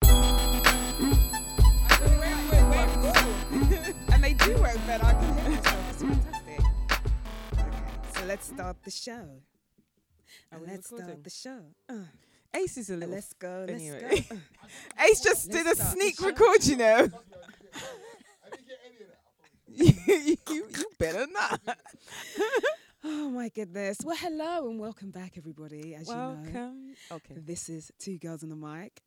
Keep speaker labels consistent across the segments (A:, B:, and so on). A: bad argument. That's fantastic. Okay, so let's start the show.
B: Are
A: And
B: we
A: let's
B: recording?
A: start the show. Uh,
B: Ace is a little.
A: let's go. Let's
B: anyway.
A: go. Uh,
B: Ace just did a
A: Let's start the
B: sneak
A: show.
B: record, you know. you, you- you better not.
A: Oh my goodness. Well, hello and welcome back, everybody. As you know,
B: Welcome. Okay.
A: this is Two Girls on the Mic.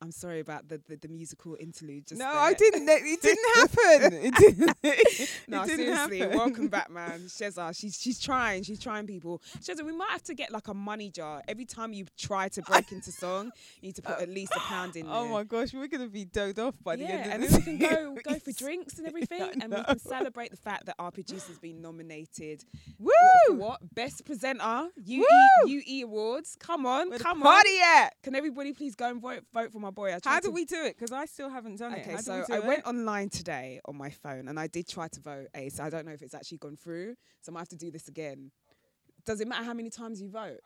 A: I'm sorry about the, the, the musical interlude. Just
B: no,
A: there.
B: I didn't. let- It didn't happen. It didn't.
A: No,
B: it didn't
A: seriously,
B: happen.
A: welcome back, man. Shezza, she's she's trying, she's trying people. Shezza, we might have to get like a money jar. Every time you try to break into song, you need to put at least a pound in
B: Oh
A: there.
B: my gosh, we're gonna be doed off by the
A: yeah,
B: end
A: and
B: of
A: then
B: this.
A: we can go go for
B: series.
A: drinks and everything,
B: I
A: and we
B: know.
A: can celebrate the fact that our producer's been nominated.
B: Woo!
A: What, for what? best presenter? UE,
B: Woo!
A: UE E awards. Come on,
B: Where the
A: come on.
B: party at?
A: Can everybody please go and vote vote for my boy? I tried
B: How do
A: to-
B: we do it? Because I still haven't done it.
A: Okay,
B: How do
A: so
B: we do
A: I
B: it?
A: went online today on my phone and I did try to vote Ace. I don't know if it's actually gone through, so I might have to do this again. Does it matter how many times you vote?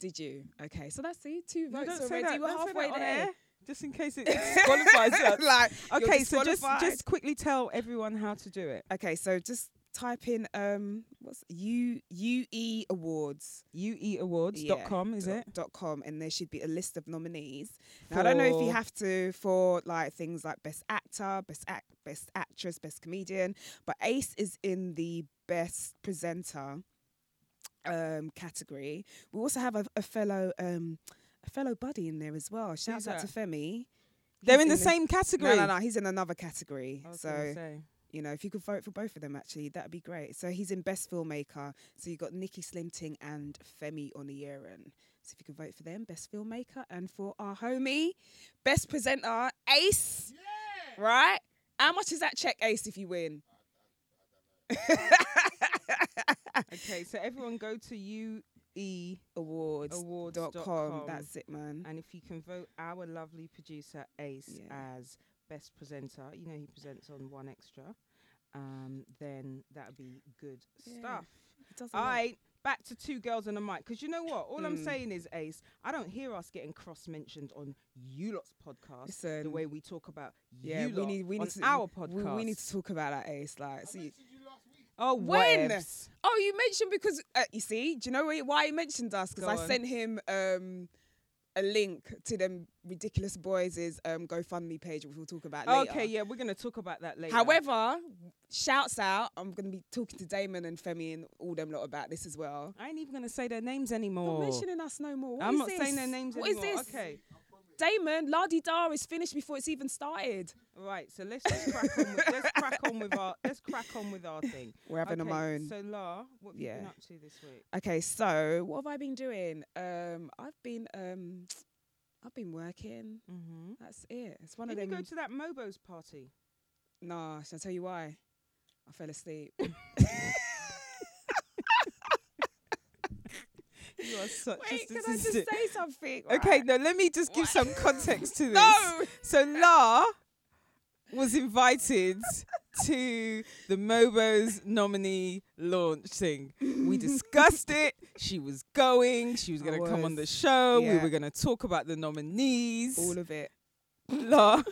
A: Did you? Okay, so that's it. Two
B: No,
A: votes
B: don't say
A: already.
B: that.
A: We're
B: don't say
A: halfway
B: that on
A: there.
B: air. Just in case it disqualifies us.
A: like, you're
B: okay, so just
A: disqualified.
B: just quickly tell everyone how to do it.
A: okay, so just type in um what's U U E Awards.
B: ueawards.com E com is
A: dot-
B: it?
A: dot com and there should be a list of nominees now, i don't know if you
B: For-
A: have to for like things like best actor best act best actress best comedian but ace is in the best presenter um category we also have a, a fellow um a fellow buddy in there as well shouts out to
B: that?
A: femi
B: They're
A: He's
B: in the
A: a-
B: same
A: no,
B: category.
A: no, no. He's in another category.
B: I was
A: So
B: gonna say.
A: you know, if you could vote for both of them, actually, that'd be great. So he's in Best Filmmaker. So you've got Nikki Slimting and Femi Oniyeran. So if you could vote for them, Best Filmmaker, and for our homie, Best Presenter, Ace. Right? How much is that check, Ace, if you win?
B: okay, so everyone go to ueawards.com
A: Awards. Dot com. That's it, man.
B: and if you can vote our lovely producer Ace
A: Yeah.
B: as best presenter, you know he presents on One Extra, um, then that'd be good
A: Yeah.
B: stuff.
A: It doesn't
B: All
A: matter.
B: right, back to two girls on a mic. Because you know what? All I'm
A: Mm.
B: saying is, Ace, I don't hear us getting cross mentioned on you lot's podcast the
A: Listen.
B: way we talk about
A: Yeah,
B: you
A: we
B: lot
A: need we
B: on
A: need to
B: our
A: we,
B: podcast.
A: we need to talk about that Ace like see
B: oh,
A: When?
B: whatevs.
A: Oh, you mentioned because uh, you see, do you know why- why he mentioned us? Because
B: Go
A: I
B: on.
A: sent him um, a link to them ridiculous boys' um, GoFundMe page, which we'll talk about later.
B: Okay, yeah, we're gonna talk about that later.
A: However, shouts out! I'm going to be talking to Damon and Femi and all them lot about this as well.
B: I ain't even gonna say their names
A: Not
B: anymore.
A: mentioning us no more. What
B: Oh. I'm
A: is
B: not saying their
A: this?
B: names
A: What is
B: anymore.
A: this?
B: Okay,
A: Damon, Lardy Dar is finished before it's even started.
B: right. So let's just crack on. With, let's crack on with our. Let's crack on with our thing.
A: We're having
B: okay,
A: a moan.
B: So La, what have you been
A: Yeah.
B: up to this week?
A: Okay, so what have I been doing? Um, I've been um, I've been working.
B: Mm-hmm.
A: That's it. It's one
B: Did
A: of
B: you
A: them.
B: go to that Mobo's party?
A: Nah, shall I tell you why? I fell asleep.
B: You are such
A: Wait,
B: a
A: can I just
B: statistic.
A: say something?
B: Okay,
A: right?
B: no, let me just give
A: What?
B: some context to this.
A: No!
B: So La was invited to the Mobo's nominee launch thing. We discussed it. She was going. She was
A: I
B: going to come on the
A: was.
B: show. We
A: Yeah.
B: were going to talk about the nominees.
A: All of it.
B: La,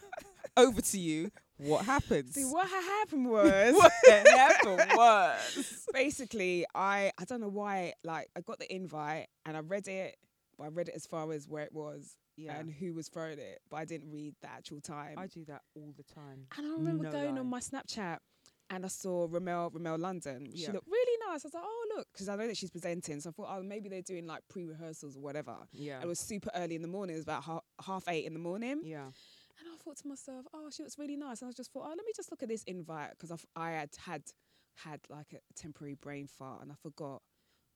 B: over to you. What happens?
A: See, what ha- happened was
B: What the hell was?
A: basically I I don't know why like I got the invite and I read it, but I read it as far as where it was
B: Yeah,
A: and who was throwing it, but I didn't read the actual time.
B: I do that all the time.
A: and I remember
B: no
A: going
B: lie.
A: on my Snapchat. And I saw Ramel, Ramel London. She
B: Yeah.
A: looked really nice. I was like, oh, look, because I know that she's presenting. So I thought, oh, maybe they're doing like pre rehearsals or whatever.
B: Yeah,
A: It was super early in the morning. It was about half, half eight in the morning.
B: yeah.
A: And I thought to myself, oh, she looks really nice. And I just thought, oh, let me just look at this invite because I, f- I had had had like a temporary brain fart and I forgot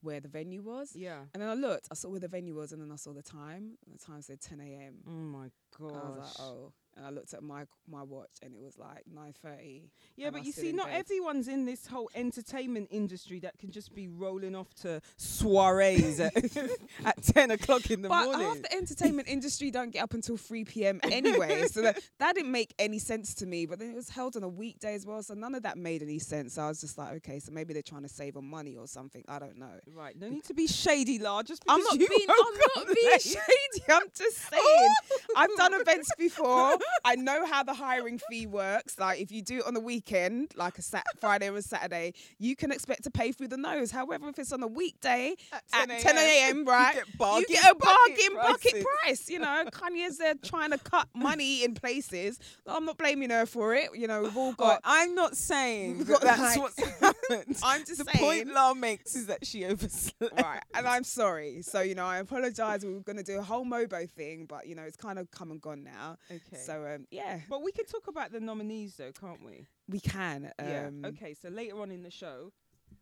A: where the venue was.
B: Yeah.
A: And then I looked, I saw where the venue was, and then I saw the time. And the time said 10 a.m.
B: Oh my gosh.
A: And I was like, oh. And I looked at my my watch, and it was like 9:30.
B: Yeah,
A: and
B: but
A: I
B: you
A: stood
B: see,
A: in
B: not
A: bed.
B: everyone's in this whole entertainment industry that can just be rolling off to soirees at, at 10 o'clock in the
A: But half
B: morning.
A: the entertainment industry don't get up until 3 p.m. anyway, so that, that didn't make any sense to me. But then it was held on a weekday as well, so none of that made any sense. I was just like, okay, so maybe they're trying to save on money or something. I don't know.
B: right, no need to be shady, La. Just because
A: I'm not
B: you
A: being,
B: woke
A: I'm
B: up Oh.
A: not being
B: late.
A: shady. I'm just saying. I've done events before. I know how the hiring fee works. Like if you do it on the weekend, like a Sat- Friday or a Saturday, you can expect to pay through the nose. However, if it's on a weekday at 10 a.m., right,
B: You get,
A: you
B: bargain
A: get a bargain
B: bucket
A: bucket
B: prices.
A: price. You know, Kanye's there trying to cut money in places. I'm not blaming her for it. You know, we've all
B: But
A: got.
B: I'm not saying
A: We've
B: that
A: got
B: that's
A: like-
B: what's happened.
A: I'm just
B: the
A: saying.
B: point La makes is that she overslept.
A: right and i'm sorry so you know i apologize we were going to do a whole mobo thing but you know it's kind of come and gone now
B: Okay.
A: so um yeah
B: but we can talk about the nominees though, can't we?
A: we can um yeah,
B: Okay, so later on in the show,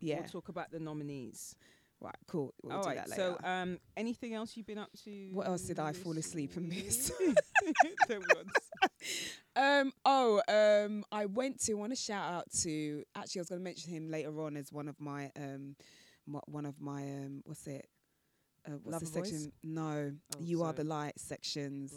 B: we'll talk about the nominees.
A: right cool we'll
B: All
A: do
B: right.
A: that later
B: So, um, anything else you've been up to?
A: What else did I fall
B: this
A: asleep and
B: week?
A: miss?
B: there was.
A: um oh um i went to want to shout out to actually i was going to mention him later on as one of my um my, one of my um what's it uh, what's the
B: Lover Boys?
A: section no
B: Oh,
A: you are the
B: sorry.
A: light sections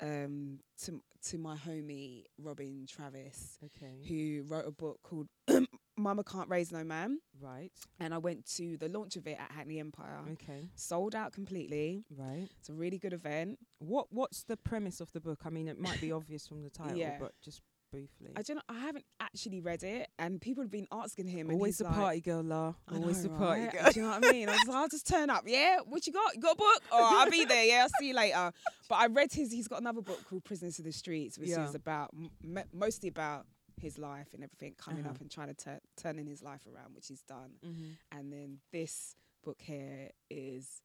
B: Right.
A: um to to my homie robin travis
B: Okay.
A: who wrote a book called Mama Can't Raise No Man.
B: Right.
A: And I went to the launch of it at Hackney Empire.
B: Okay.
A: Sold out completely.
B: Right.
A: It's a really good event.
B: What What's the premise of the book? I mean, it might be obvious from the title,
A: Yeah.
B: but just briefly.
A: I don't know, I haven't actually read it and people have been asking him and
B: Always
A: he's
B: the
A: like,
B: party girl, La.
A: I know,
B: Always the party
A: right?
B: girl.
A: Do you know what I mean? I was like, I'll just turn up. Yeah, what you got? You got a book? All right, I'll be there. Yeah, I'll see you later. But I read his. He's got another book called Prisoners of the Streets, which
B: Yeah.
A: is about m- mo- mostly about his life and everything coming
B: Uh-huh.
A: up and trying to tur- turning his life around, which he's done.
B: Mhm.
A: and then this book here is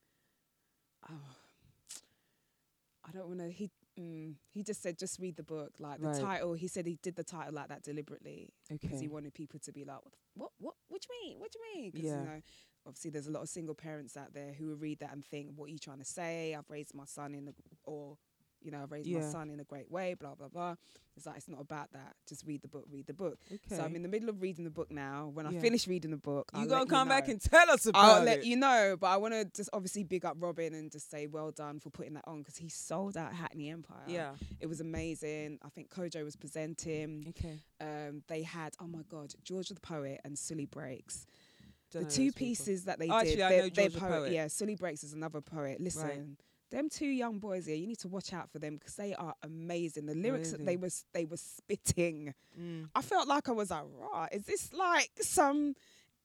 A: oh, i don't want to he mm, he just said just read the book like the
B: Right.
A: title he said he did the title like that deliberately because he
B: Okay.
A: wanted people to be like what the- what what what do you mean what do you mean 'Cause,
B: Yeah.
A: you know obviously there's a lot of single parents out there who will read that and think what are you trying to say i've raised my son in the or you know i've raised my
B: Yeah.
A: son in a great way blah blah blah it's like it's not about that just read the book read the book
B: Okay.
A: so i'm in the middle of reading the book now when i
B: Yeah.
A: finish reading the book I'll
B: you
A: let
B: gonna come back
A: know.
B: and tell us about
A: I'll let
B: it.
A: you know, but I want to just obviously big up Robin and just say well done for putting that on because he sold out Hackney Empire.
B: yeah.
A: it was amazing. I think Kojo was presenting.
B: Okay.
A: Um, they had oh my god, George the Poet and Sully Breaks,
B: Don't know
A: the two
B: those people.
A: pieces that they
B: Oh,
A: did.
B: actually, I
A: they're-
B: know
A: they're
B: George the Poet.
A: Yeah, Sully Breaks is another poet. Listen. Them two young boys here, you need to watch out for them because they are amazing. The lyrics that they
B: Really?
A: was they were spitting.
B: Mm.
A: I felt like I was like, right, is this like some?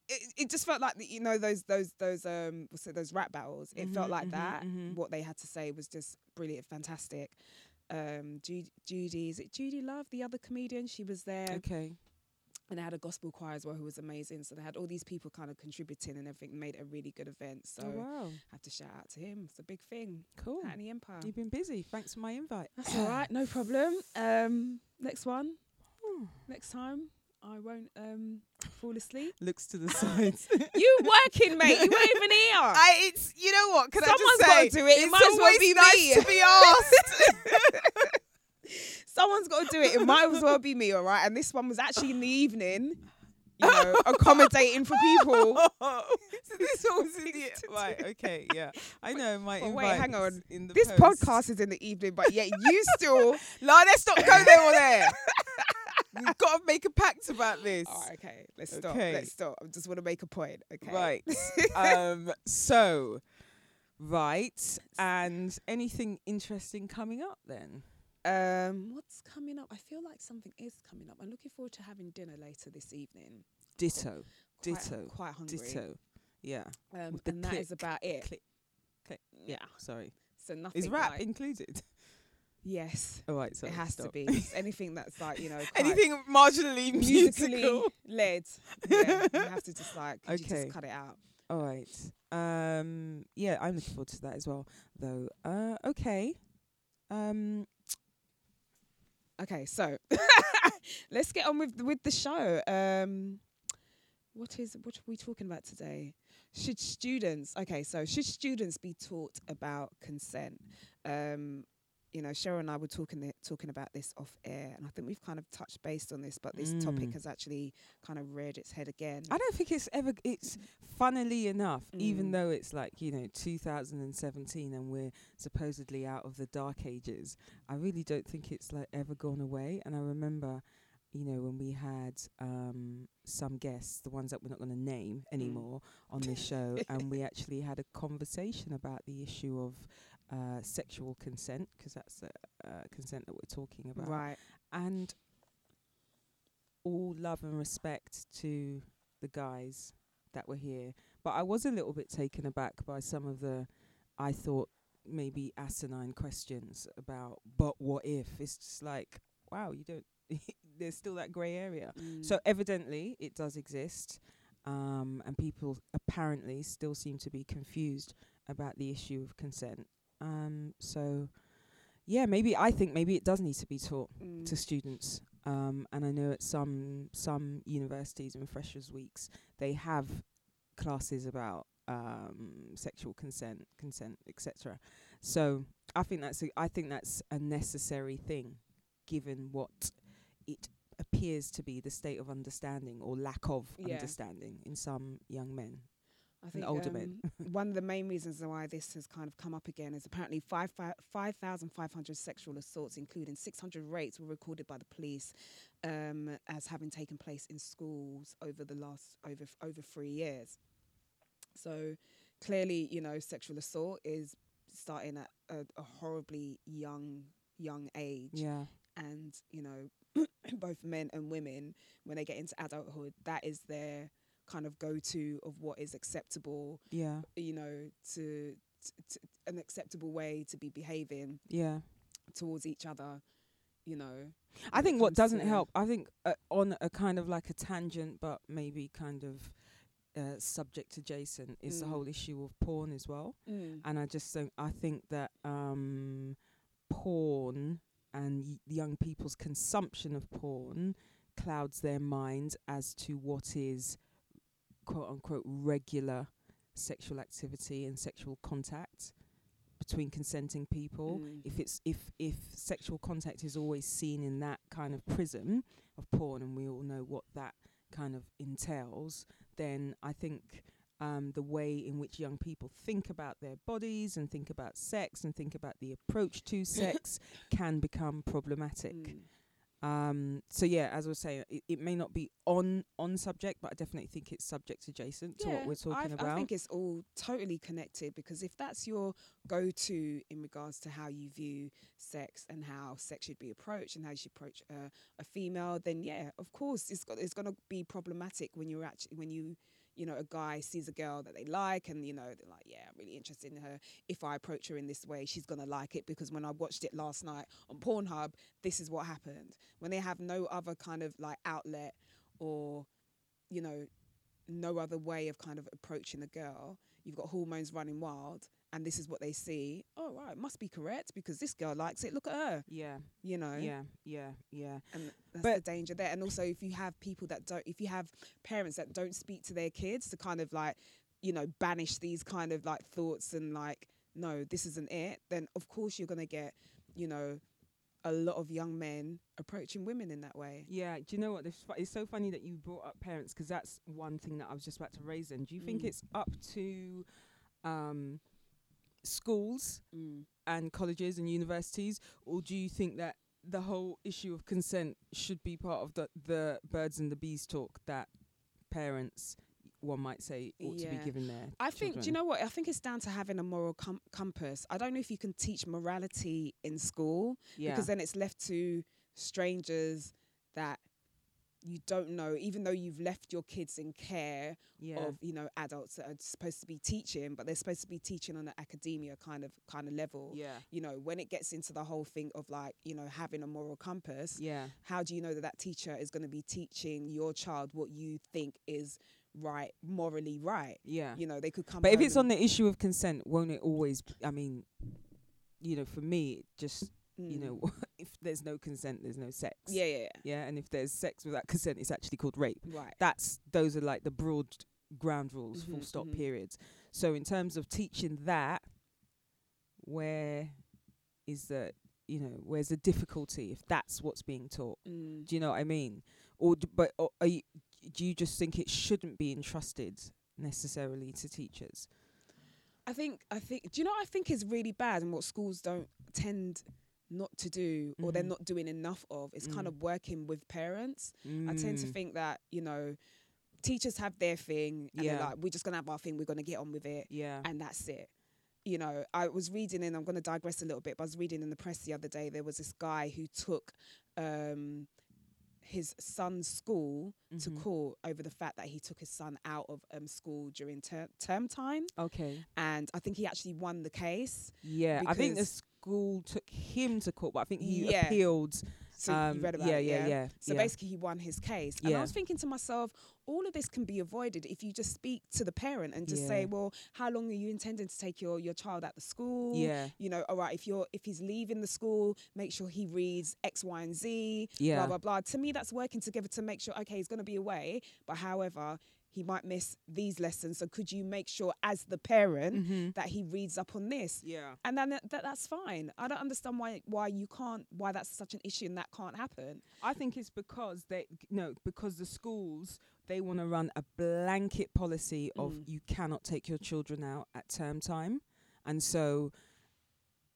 A: It, it just felt like the, you know those those those um what's it, those rap battles. It felt
B: Mhm,
A: like
B: mhm,
A: that.
B: mhm.
A: What they had to say was just brilliant, fantastic. Um, Judy, Judy, is it Judy Love, the other comedian? She was there,
B: Okay.
A: and they had a gospel choir as well, who was amazing. So they had all these people kind of contributing and everything, made it a really good event. So
B: Oh, wow.
A: I have to shout out to him. It's a big thing.
B: Cool.
A: Out in the Empire.
B: You've been busy. Thanks for my invite.
A: That's all right, no problem. Um, next one, next time I won't um fall asleep.
B: Looks to the sides.
A: You working, mate? You weren't even here.
B: I, it's you know what? Can
A: Someone's
B: I just say
A: gotta do it. It
B: it's
A: might as well
B: always
A: be
B: nice
A: me.
B: to be asked.
A: Someone's got to do it. It might as well be me, all right. And this one was actually in the evening, you know, accommodating for people.
B: so this one was in the
A: to do.
B: right. Okay, yeah, I know my
A: but
B: invite.
A: wait, hang
B: is
A: on.
B: In the
A: This
B: post.
A: podcast is in the evening, but yet you still.
B: La, let's not go there or there. We've got to make a pact about this.
A: All right, okay, let's stop.
B: Okay.
A: Let's stop. I just want to make a point. Okay,
B: Right. um. So, right, and anything interesting coming up then?
A: Um, what's coming up? I feel like something is coming up. I'm looking forward to having dinner later this evening.
B: Ditto.
A: Quite-
B: Ditto.
A: Quite hungry.
B: Ditto. Yeah.
A: Um,
B: With the
A: and that is
B: click,
A: about it.
B: click, click.
A: Yeah.
B: Sorry.
A: So nothing.
B: Is rap
A: like-
B: included?
A: yes.
B: All right. Sorry.
A: it has to
B: stop.
A: be It's anything that's like you know quite
B: Anything marginally
A: musically
B: musical.
A: led. Yeah, you have to just like could you
B: Okay.
A: just cut it out.
B: All right. Um, yeah, I'm looking forward to that as well, though. Uh, okay. Um,
A: Okay, so let's get on with with the show. Um, what is what are we talking about today? Should students okay? So should students be taught about consent? Um, you know, Cheryl and I were talking it- talking about this off air, and I think we've kind of touched based on this, but this topic
B: Mm.
A: has actually kind of reared its head again.
B: I don't think it's ever. It's funnily enough, even
A: Mm.
B: though it's like you know 2017 and we're supposedly out of the dark ages, I really don't think it's like ever gone away. And I remember, you know, when we had um some guests, the ones that we're not going to name anymore on this show, and we actually had a conversation about the issue of uh, sexual consent because that's the uh, consent that we're talking about,
A: Right.
B: and all love and respect to the guys that were here. But I was a little bit taken aback by some of the, I thought maybe asinine questions about, but what if? It's just like, wow, you don't. there's still that grey area.
A: Mm.
B: So evidently, it does exist, um, and people apparently still seem to be confused about the issue of consent. Um, so, yeah, maybe I think maybe it does need to be taught
A: Mm,
B: to students. Um, and I know at some some universities and freshers weeks they have classes about um, sexual consent, consent, etc. So I think that's a, I think that's a necessary thing, given what it appears to be the state of understanding or lack of
A: Yeah.
B: understanding in some young men.
A: I think
B: older men.
A: um, one of the main reasons why this has kind of come up again is apparently five fi- 5,500 sexual assaults, including 600 rapes, were recorded by the police um, as having taken place in schools over the last over over three years. So clearly, you know, sexual assault is starting at a, a horribly young young age,
B: Yeah,
A: and you know, both men and women when they get into adulthood, that is their kind of go-to of what is acceptable
B: yeah,
A: you know, to, t t an acceptable way to be behaving
B: yeah.
A: towards each other, you know.
B: I
A: when it
B: think what
A: comes to
B: doesn't
A: the-
B: help, I think uh, on a kind of like a tangent, but maybe kind of uh, subject adjacent, is the
A: Mm.
B: whole issue of porn as well.
A: Mm.
B: And I just think I think that um, porn and y- young people's consumption of porn clouds their minds as to what is quote unquote regular sexual activity and sexual contact between consenting people
A: Mm.
B: if it's if if sexual contact is always seen in that kind of prism of porn and we all know what that kind of entails then i think um, the way in which young people think about their bodies and think about sex and think about the approach to sex can become problematic.
A: Mm.
B: Um, so yeah, as I was saying, it, it may not be on on subject, but I definitely think it's subject adjacent to what
A: Yeah,
B: we're talking
A: I,
B: about.
A: I think it's all totally connected because if that's your go-to in regards to how you view sex and how sex should be approached and how you should approach uh, a female, then yeah, of course, it's got, it's going to be problematic when you're actually when you you know a guy sees a girl that they like and you know they're like yeah i'm really interested in her if i approach her in this way she's going to like it because when i watched it last night on pornhub this is what happened when they have no other kind of like outlet or you know no other way of kind of approaching a girl. You've got hormones running wild, and this is what they see. Oh, right, must be correct because this girl likes it. Look at her,
B: yeah,
A: you know.
B: yeah, yeah, yeah,
A: And that's
B: But-
A: the danger there. And also, if you have people that don't, if you have parents that don't speak to their kids to kind of like, you know, banish these kind of like thoughts and like, no, this isn't it, then of course you're going to get, you know, a lot of young men approaching women in that way.
B: yeah. Do you know what? This fu- it's so funny that you brought up parents because that's one thing that I was just about to raise. Then, do you think
A: Mm.
B: it's up to um, schools and colleges and universities, or do you think that the whole issue of consent should be part of the, the birds and the bees talk that parents, one might say, ought to
A: Yeah.
B: be given their
A: I think, do you
B: children?
A: know what? I think it's down to having a moral com- compass. I don't know if you can teach morality in school
B: yeah.
A: because then it's left to strangers that you don't know, even though you've left your kids in care
B: yeah.
A: of you know adults that are supposed to be teaching, but they're supposed to be teaching on an academia kind of kind of level.
B: yeah,
A: You know, when it gets into the whole thing of like you know having a moral compass,
B: yeah,
A: how do you know that that teacher is going to be teaching your child what you think is right, morally right?
B: yeah,
A: you know they could come
B: But if
A: home
B: it's on
A: and-
B: the issue of consent, won't it always? b- I mean, you know, for me, it just you
A: Mm.
B: know, if there's no consent, there's no sex.
A: yeah yeah,
B: yeah, and if there's sex without consent, it's actually called rape.
A: yeah. right
B: that's those are like the broad ground rules full
A: Mhm,
B: stop
A: mhm.
B: periods so in terms of teaching that where is the you know where's the difficulty if that's what's being taught
A: mm.
B: do you know what i mean or d- but or are you, do you just think it shouldn't be entrusted necessarily to teachers
A: i think i think do you know what i think is really bad and what schools don't tend not to do or they're
B: Mhm.
A: not doing enough of is kind
B: Mm.
A: of working with parents i tend to
B: Mm,
A: think that you know teachers have their thing and they're
B: Yeah.
A: like we're just gonna have our thing we're gonna get on with it
B: yeah
A: and that's it you know, I was reading, and I'm going to digress a little bit, but I was reading in the press the other day there was this guy who took um, his son's school
B: Mhm.
A: to court over the fact that he took his son out of um, school during ter- term time.
B: Okay.
A: And I think he actually won the case.
B: Yeah, I think the
A: Because-
B: school took him to court, but I think he
A: Yeah.
B: appealed.
A: So
B: um,
A: you read about
B: yeah,
A: it,
B: yeah, yeah,
A: So
B: yeah.
A: basically, he won his case. And
B: Yeah.
A: I was thinking to myself, all of this can be avoided if you just speak to the parent and just say,
B: Yeah.
A: well, how long are you intending to take your, your child at the school?
B: yeah,
A: You know, all right, if you're if he's leaving the school, make sure he reads X, Y, and Z,
B: yeah,
A: blah, blah, blah. To me, that's working together to make sure, okay, he's going to be away, but however, he might miss these lessons. So could you make sure, as the parent,
B: Mhm.
A: that he reads up on this?
B: yeah.
A: And then uh, that, that, that's fine. I don't understand why why you can't why that's such an issue and that can't happen.
B: I think it's because they no because the schools they want to run a blanket policy of
A: Mm.
B: you cannot take your children out at term time, and so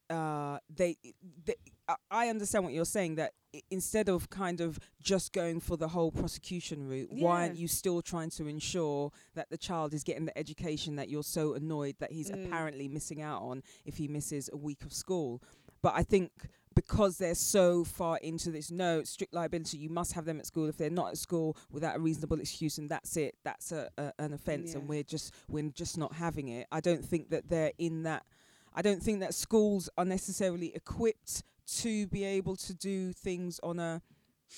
B: uh, they, they I- I understand what you're saying that i- instead of kind of just going for the whole prosecution route, why
A: Yeah.
B: aren't you still trying to ensure that the child is getting the education that you're so annoyed that he's
A: Mm.
B: apparently missing out on if he misses a week of school? But I think because they're so far into this no strict liability you must have them at school if they're not at school without a reasonable excuse and that's it that's a, a an offense and
A: Yeah.
B: we're just we're just not having it i don't think that they're in that i don't think that schools are necessarily equipped to be able to do things on a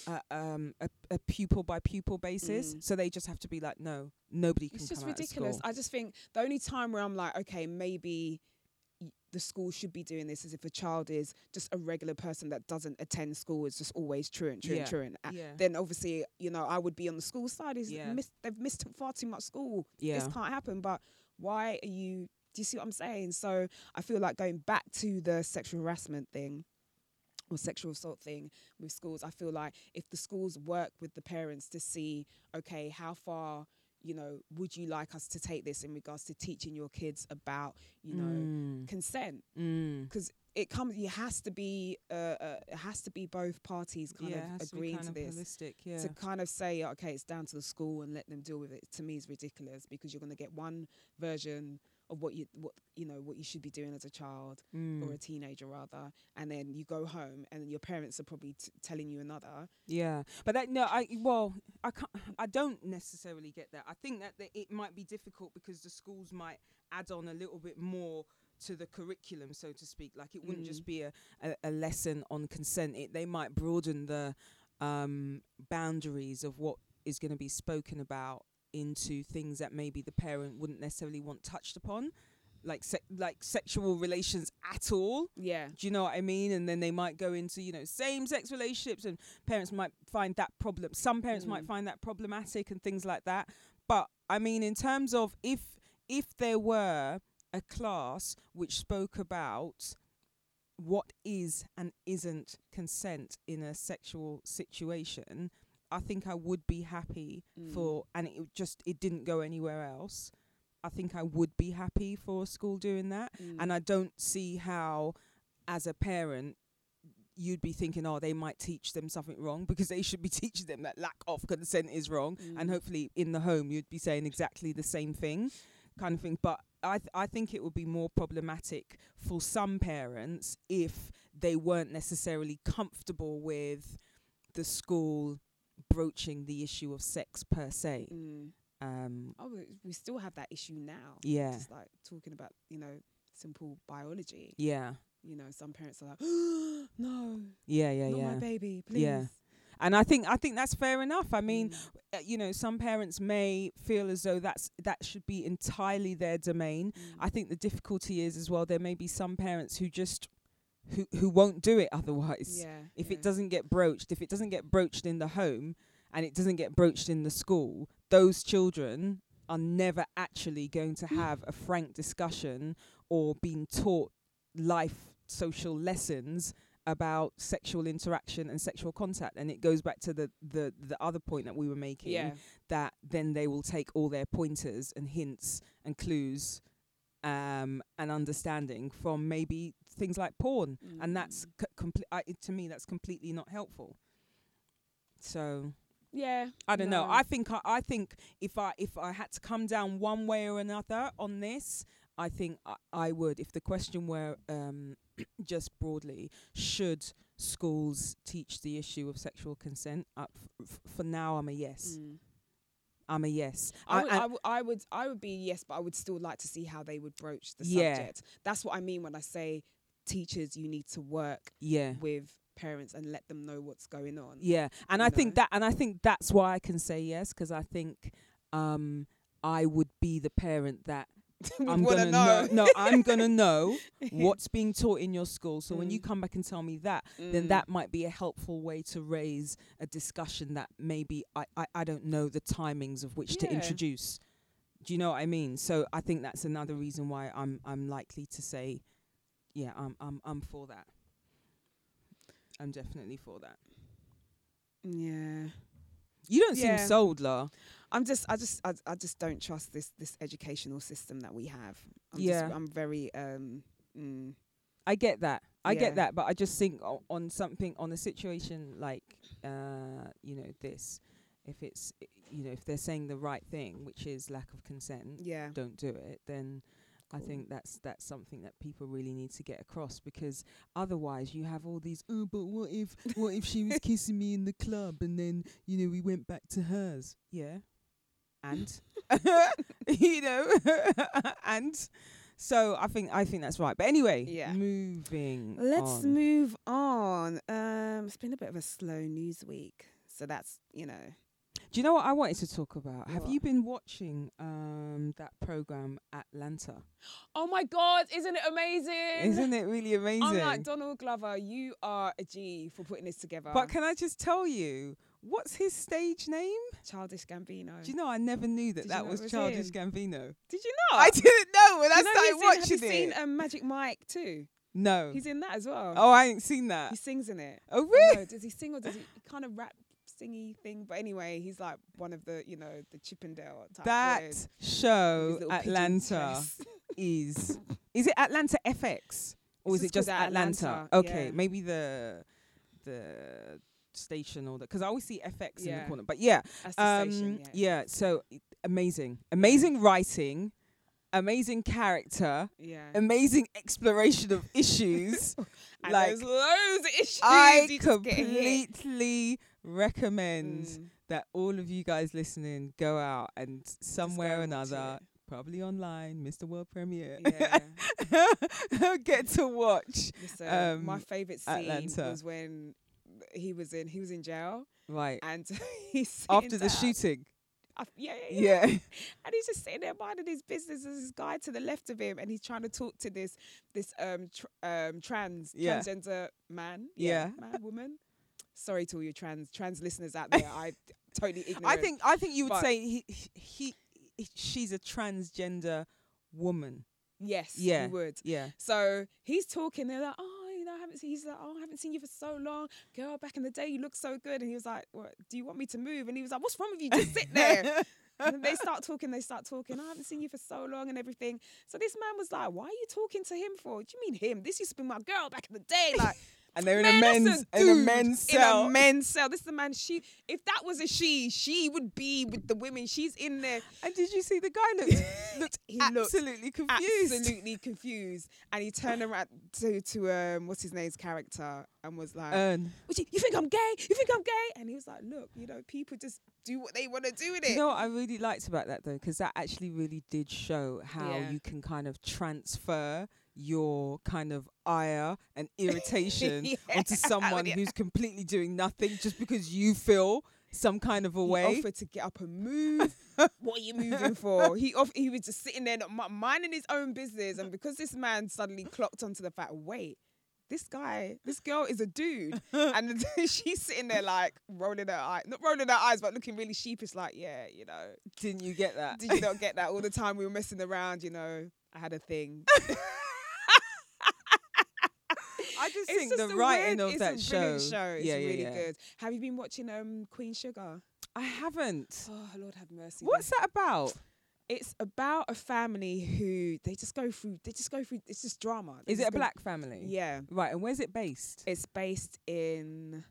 B: a, um, a, a pupil by pupil basis
A: Mm.
B: so they just have to be like no nobody can
A: It's
B: come
A: just
B: out of
A: ridiculous.
B: school.
A: I just think the only time where I'm like, okay, maybe y- the school should be doing this is if a child is just a regular person that doesn't attend school is just always truant, truant,
B: Yeah.
A: truant. A-
B: yeah
A: Then obviously, you know, I would be on the school side. Is
B: Yeah.
A: missed, they've missed far too much school.
B: yeah
A: This can't happen. But why are you? Do you see what I'm saying? So I feel like going back to the sexual harassment thing or sexual assault thing with schools. I feel like if the schools work with the parents to see, okay, how far you know would you like us to take this in regards to teaching your kids about you know
B: Mm.
A: consent
B: Mm.
A: because it comes it has to be uh, uh it has to be both parties kind
B: yeah, it has
A: of
B: to be
A: agreeing
B: kind
A: to
B: of
A: this
B: holistic, yeah.
A: to kind of say okay it's down to the school and let them deal with it to me is ridiculous because you're going to get one version of what you what you know what you should be doing as a child or
B: Mm.
A: a teenager rather and then you go home and your parents are probably t- telling you another
B: Yeah, but that no, I well, I can't, I don't necessarily get that. I think that, that it might be difficult because the schools might add on a little bit more to the curriculum, so to speak. Like it wouldn't just be a, a, a lesson on consent. It they might broaden the um, boundaries of what is going to be spoken about into things that maybe the parent wouldn't necessarily want touched upon, like se- like sexual relations at all.
A: yeah
B: Do you know what I mean? And then they might go into, you know, same sex relationships and parents might find that problem. Some parents might
A: Mm.
B: find that problematic and things like that. But I mean in terms of if if there were a class which spoke about what is and isn't consent in a sexual situation, I think I would be happy
A: Mm.
B: for and it would just it didn't go anywhere else. I think I would be happy for a school doing that and I don't see how, as a parent, you'd be thinking, oh, they might teach them something wrong because they should be teaching them that lack of consent is wrong. And
A: Mm.
B: hopefully, in the home, you'd be saying exactly the same thing, kind of thing. But I, th- I think it would be more problematic for some parents if they weren't necessarily comfortable with the school broaching the issue of sex per se.
A: mm.
B: Um,
A: oh we- we still have that issue now
B: yeah,
A: just like talking about you know simple biology
B: yeah,
A: you know some parents are like no
B: yeah, yeah,
A: not
B: yeah.
A: my baby please Mm.
B: Yeah. And I think I think that's fair enough. I mean, uh, you know some parents may feel as though that's that should be entirely their domain i think the difficulty is as well there may be some parents who just who who won't do it otherwise
A: yeah
B: if
A: yeah.
B: it doesn't get broached if it doesn't get broached in the home and it doesn't get broached in the school those children are never actually going
A: Mm.
B: to have a frank discussion or being taught life social lessons about sexual interaction and sexual contact and it goes back to the the, the other point that we were making
A: yeah
B: that then they will take all their pointers and hints and clues um, and understanding from maybe things like porn, and that's
A: Mm.
B: c- complete. To me, that's completely not helpful. So
A: yeah
B: I don't know.
A: No.
B: I think I, I think if I if I had to come down one way or another on this, I think I, I would, if the question were um, just broadly, should schools teach the issue of sexual consent? Uh, f- f- for now, I'm a yes.
A: Mm.
B: I'm a yes.
A: I,
B: I-
A: would,
B: I-
A: I, would, I would I would be yes, but I would still like to see how they would broach the
B: Yeah.
A: subject. That's what I mean when I say teachers, you need to work
B: yeah.
A: with parents and let them know what's going on.
B: Yeah, and
A: you
B: I think
A: know?
B: that, and I think that's why I can say yes, 'cause I think um, I would be the parent that
A: Would
B: I'm
A: wanna
B: gonna know. No, I'm gonna know what's being taught in your school. So when you
A: Mm.
B: come back and tell me that,
A: Mm.
B: then that might be a helpful way to raise a discussion that maybe I I, I don't know the timings of which to
A: Yeah.
B: introduce. Do you know what I mean? So I think that's another reason why I'm I'm likely to say, yeah, I'm I'm I'm for that. I'm definitely for that.
A: Yeah.
B: You don't
A: Yeah.
B: seem sold, La.
A: I'm just, I just, I, I just don't trust this this educational system that we have. I'm
B: Yeah.
A: just, I'm very, um, mm,
B: I get that. I
A: Yeah.
B: get that, but I just think o- on something on a situation like uh, you know this, if it's i- you know if they're saying the right thing, which is lack of consent,
A: yeah,
B: don't do it, then I
A: Cool.
B: think that's that's something that people really need to get across because otherwise you have all these oh but what if what if she was kissing me in the club and then you know we went back to hers yeah and you know and so I think I think that's right but anyway
A: Yeah.
B: moving
A: Let's
B: on.
A: move on. Um, it's been a bit of a slow news week, so that's you know,
B: do you know what I wanted to talk about have
A: What?
B: you been watching um that program Atlanta
A: oh my god, isn't it amazing?
B: isn't it really amazing
A: I'm like Donald Glover. You are a G for putting this together.
B: But can I just tell you, what's his stage name?
A: Childish Gambino.
B: Do you know I never knew that
A: Oh. Did you
B: that
A: know
B: was
A: it was
B: Childish
A: him?
B: Gambino.
A: Did you not?
B: I didn't know when
A: Do
B: I
A: you know he's
B: started
A: in-
B: watching
A: Have you
B: it.
A: seen um, Magic Mike too?
B: no.
A: He's in that as well.
B: Oh, I ain't seen that.
A: He sings in it.
B: Oh,
A: I
B: really?
A: know, does he sing or does he kind of rap singy thing? But anyway, he's like one of the you know the Chippendale type.
B: That
A: boys with his
B: show
A: little pigeon
B: Atlanta
A: chest.
B: is is it Atlanta FX or
A: It's
B: is it
A: just
B: just
A: called
B: Atlanta?
A: Atlanta,
B: Okay,
A: yeah.
B: maybe the the station or that because I always see FX in
A: Yeah.
B: the corner. But yeah,
A: That's the
B: um,
A: station,
B: yeah.
A: yeah.
B: So i- amazing, amazing writing, amazing character.
A: Yeah.
B: amazing exploration of issues.
A: and
B: like,
A: there's loads of issues.
B: I
A: you just get hit.
B: completely recommend
A: Mm,
B: that all of you guys listening go out and somewhere
A: go
B: or
A: and watch
B: another, probably online, Mr. World Premiere,
A: it. Yeah.
B: get to watch.
A: Listen, my
B: Um,
A: favorite scene
B: Atlanta.
A: was when he was in he was in jail
B: Right.
A: and he's
B: After
A: sitting
B: the
A: down.
B: shooting.
A: I- yeah, yeah, yeah.
B: Yeah.
A: and he's just sitting there minding his business. There's this guy to the left of him, and he's trying to talk to this this um tr- um trans
B: Yeah.
A: transgender man.
B: Yeah.
A: man, woman. Sorry to all you trans trans listeners out there. I totally ignorant.
B: I think I think you would
A: But-
B: say he, he he she's a transgender woman.
A: yes,
B: Yeah.
A: you would.
B: Yeah.
A: So he's talking. They're like, oh, you know, I haven't seen. He's like, oh, I haven't seen you for so long, girl. Back in the day, you looked so good. And he was like, what? Do you want me to move? And he was like, what's wrong with you? Just sit there. and then they start talking, they start talking. I haven't seen you for so long and everything. So this man was like, Why are you talking to him for? Do you mean him? This used to be my girl back in the day. Like,
B: and they're in
A: man,
B: a
A: that's
B: men's
A: a
B: in a
A: dude
B: men's
A: in a
B: cell.
A: men's cell. This is the man she if that was a she, she would be with the women. She's in there
B: And did you see the guy looked looked
A: He looked
B: absolutely confused?
A: absolutely confused. And he turned around to to um what's his name's character and was like,
B: Ern,
A: "What you you think I'm gay? You think I'm gay? And he was like, Look, you know, people just do what they want to do with
B: you
A: it.
B: know what I really liked about that though, 'cause that actually really did show how
A: Yeah.
B: you can kind of transfer your kind of ire and irritation onto someone
A: Yeah.
B: who's completely doing nothing just because you feel some kind of a
A: He
B: way.
A: offered to get up and move. what are you moving for? He off- he was just sitting there, not mi- minding his own business, and because this man suddenly clocked onto the fact, wait, this guy, this girl is a dude, and she's sitting there like rolling her eye, not rolling her eyes, but looking really sheepish, like, yeah, you know,
B: Didn't you get that?
A: did you not get that all the time we were messing around? You know, I had a thing.
B: I just
A: It's
B: think
A: just
B: the
A: a
B: writing
A: weird-
B: of
A: it's
B: that
A: a
B: show.
A: brilliant show. It's
B: yeah, yeah,
A: really
B: yeah.
A: good. Have you been watching um Queen Sugar?
B: I haven't.
A: Oh Lord, have mercy. man.
B: What's that about?
A: it's about a family who they just go through they just go through it's just drama They
B: Is it
A: just
B: a
A: go-
B: black family?
A: yeah
B: Right, and where's it based?
A: it's based in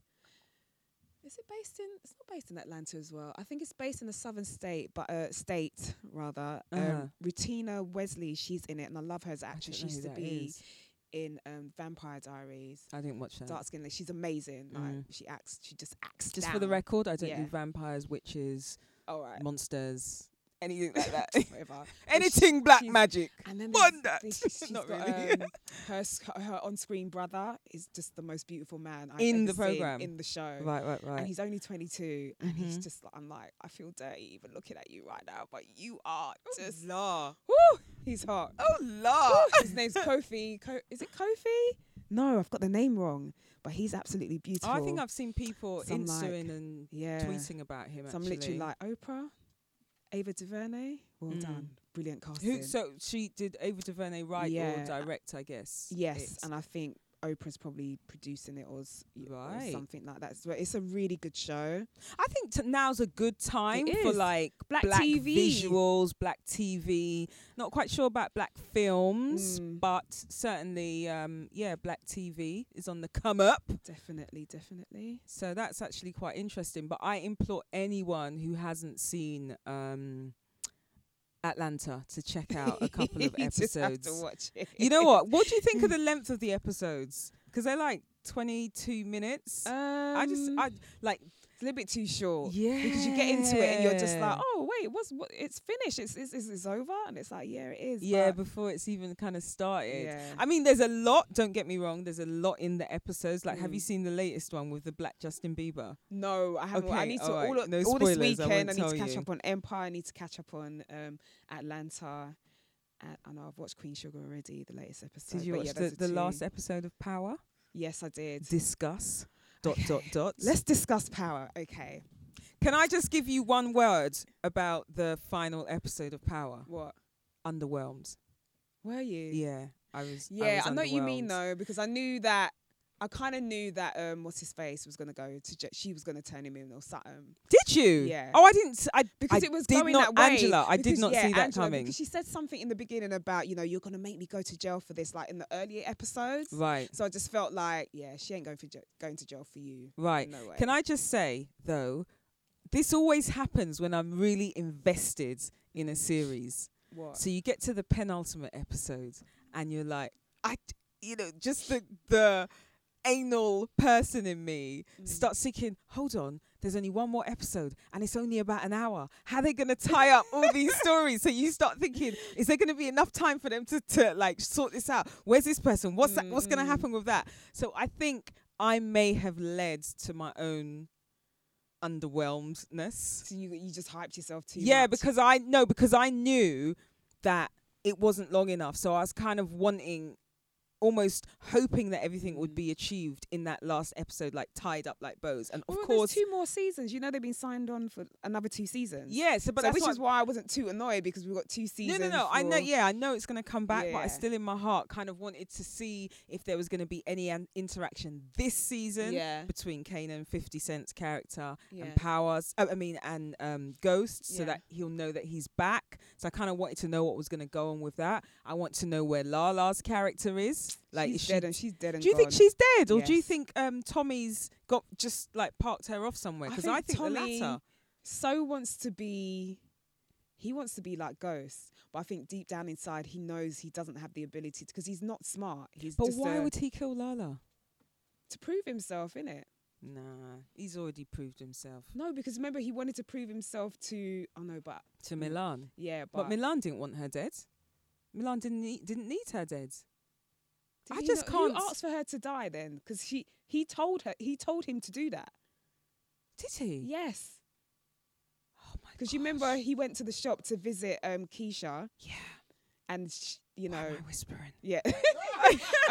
A: Is it based in? It's not based in Atlanta as well. I think it's based in the southern state, but uh, state rather.
B: Uh-huh.
A: Um, Retina Wesley, she's in it, and I love her as an
B: I
A: actress.
B: don't
A: She
B: know who
A: used to
B: that
A: be
B: is.
A: in um, Vampire Diaries,
B: I didn't watch that.
A: dark skin. like, She's amazing. Like
B: Mm.
A: she acts, she just acts.
B: Just for the
A: down.
B: record, I don't
A: Yeah.
B: do vampires, witches,
A: All right.
B: monsters, anything like that.
A: Whatever.
B: anything black
A: she's-
B: magic.
A: And then
B: One
A: there's-
B: that.
A: there's- she's- she's
B: Not
A: got,
B: really.
A: um, her sc- her on screen brother is just the most beautiful man I've
B: In the
A: ever seen
B: programme.
A: in the show.
B: right, right, right.
A: And he's only 22, and he's
B: Mhm.
A: just like, I'm like, I feel dirty even looking at you right now, but you are just,
B: la.
A: woo, he's hot.
B: Oh la.
A: Woo, His name's Kofi. Ko- is it Kofi? No, I've got the name wrong, but he's absolutely beautiful.
B: Oh, I think I've seen people
A: Some
B: Instaing
A: like-
B: and
A: yeah.
B: tweeting about him.
A: So I'm
B: actually.
A: literally like Oprah, Ava DuVernay. Well
B: Mm.
A: done, brilliant casting.
B: Who, so she did Ava DuVernay write
A: Yeah.
B: or direct? I guess.
A: Yes,
B: it.
A: and I think Oprah's probably producing it or, s- or
B: Right.
A: something like that. So it's a really good show.
B: I think t- now's a good time for
A: is.
B: like
A: Black
B: black,
A: TV.
B: visuals, black TV. Not quite sure about black films,
A: Mm.
B: but certainly, um, yeah, black TV is on the come up.
A: Definitely, definitely.
B: So that's actually quite interesting. But I implore anyone who hasn't seen um, Atlanta to check out a couple of
A: You just have to
B: episodes.
A: watch it.
B: You know what? What do you think of the length of the episodes? 'Cause they're like 22 minutes.
A: Um,
B: I just, I like,
A: it's a little bit too short.
B: yeah.
A: Because you get into it and you're just like, oh wait, what's what? It's finished. It's it's, it's, it's over, and it's like, yeah, it is.
B: yeah,
A: but
B: before it's even kind of started.
A: yeah.
B: I mean, there's a lot. Don't get me wrong. There's a lot in the episodes. Like, have you
A: Mm.
B: seen the latest one with the black Justin Bieber?
A: No, I haven't. wa- I
B: Okay,
A: need to
B: alright,
A: all, of-
B: no
A: all this
B: spoilers, I
A: weekend. I,
B: won't
A: need to
B: tell
A: catch
B: you.
A: up on Empire. I need to catch up on um, Atlanta. And I know I've watched Queen Sugar already, the latest episode.
B: Did you
A: but
B: watch
A: yeah,
B: the,
A: those
B: the
A: are
B: last
A: two.
B: episode of Power?
A: Yes, I did.
B: Discuss. Dot dot dot.
A: Let's discuss power. Okay.
B: Can I just give you one word about the final episode of Power?
A: What
B: Underwhelmed.
A: were you?
B: Yeah, I was.
A: Yeah, I,
B: was
A: know what you mean
B: underwhelmed.
A: though, because I knew that I kind of knew that um, what's his face was gonna go to. J- she was gonna turn him in or something.
B: Did you?
A: Yeah.
B: Oh, I didn't. s- I
A: because
B: I
A: it was
B: did
A: going
B: not,
A: that way.
B: Angela. I did
A: Because,
B: not
A: yeah,
B: see that
A: Angela,
B: coming.
A: Because she said something in the beginning about you know you're gonna make me go to jail for this, like in the earlier episodes.
B: Right.
A: So I just felt like yeah, she ain't going for j- going to jail for you.
B: Right.
A: No way.
B: Can I just say though, this always happens when I'm really invested in a series.
A: What?
B: So you get to the penultimate episode and you're like, I, d- you know, just the the anal person in me
A: Mm.
B: starts thinking, hold on, there's only one more episode and it's only about an hour. How are they going to tie up all these stories? So you start thinking, is there going to be enough time for them to, to like sort this out? Where's this person? What's that? What's going to
A: Mm.
B: happen with that? So I think I may have led to my own underwhelmedness.
A: So you you just hyped yourself too
B: Yeah,
A: much.
B: because I no, because I knew that it wasn't long enough, so I was kind of wanting, almost hoping that everything would
A: Mm.
B: be achieved in that last episode, like tied up like bows. And of
A: Well, there's
B: course,
A: two more seasons. You know they've been signed on for another two seasons.
B: yeah. So, but
A: But
B: that's
A: which
B: what
A: is why I wasn't too annoyed because we've got two
B: no,
A: seasons.
B: no, no. I know.
A: for-
B: Yeah, I know it's gonna come back, but
A: Yeah.
B: I still, in my heart, kind of wanted to see if there was gonna be any an- interaction this season
A: Yeah.
B: between Kanan, Fifty Cent's character,
A: Yeah.
B: and Powers. Uh, I mean, and um, Ghost, so
A: Yeah.
B: that he'll know that he's back. So I kind of wanted to know what was going to go on with that. I want to know where Lala's character is. Like,
A: she's
B: is she,
A: dead and she's dead and
B: do you think
A: gone.
B: she's dead, or do you
A: Yes.
B: think um, Tommy's got just like parked her off somewhere?
A: I
B: Because
A: think
B: I think,
A: Tommy-
B: the latter.
A: so wants to be he wants to be like ghost but i think deep down inside he knows he doesn't have the ability because he's not smart he's
B: But
A: just
B: why
A: a-
B: would he kill Lala?
A: to prove himself in it
B: Nah, he's already proved himself
A: no because remember he wanted to prove himself to oh no but
B: to Milan.
A: yeah but,
B: But Milan didn't want her dead. Milan didn't need, didn't need her dead.
A: did
B: I
A: he
B: just
A: not-
B: can't-
A: who asked for her to die then because he he told her he told him to do that
B: Did he?
A: yes
B: Oh my
A: because you remember
B: gosh.
A: he went to the shop to visit um keisha
B: Yeah.
A: and sh- you
B: Why am
A: know
B: I whispering.
A: Yeah,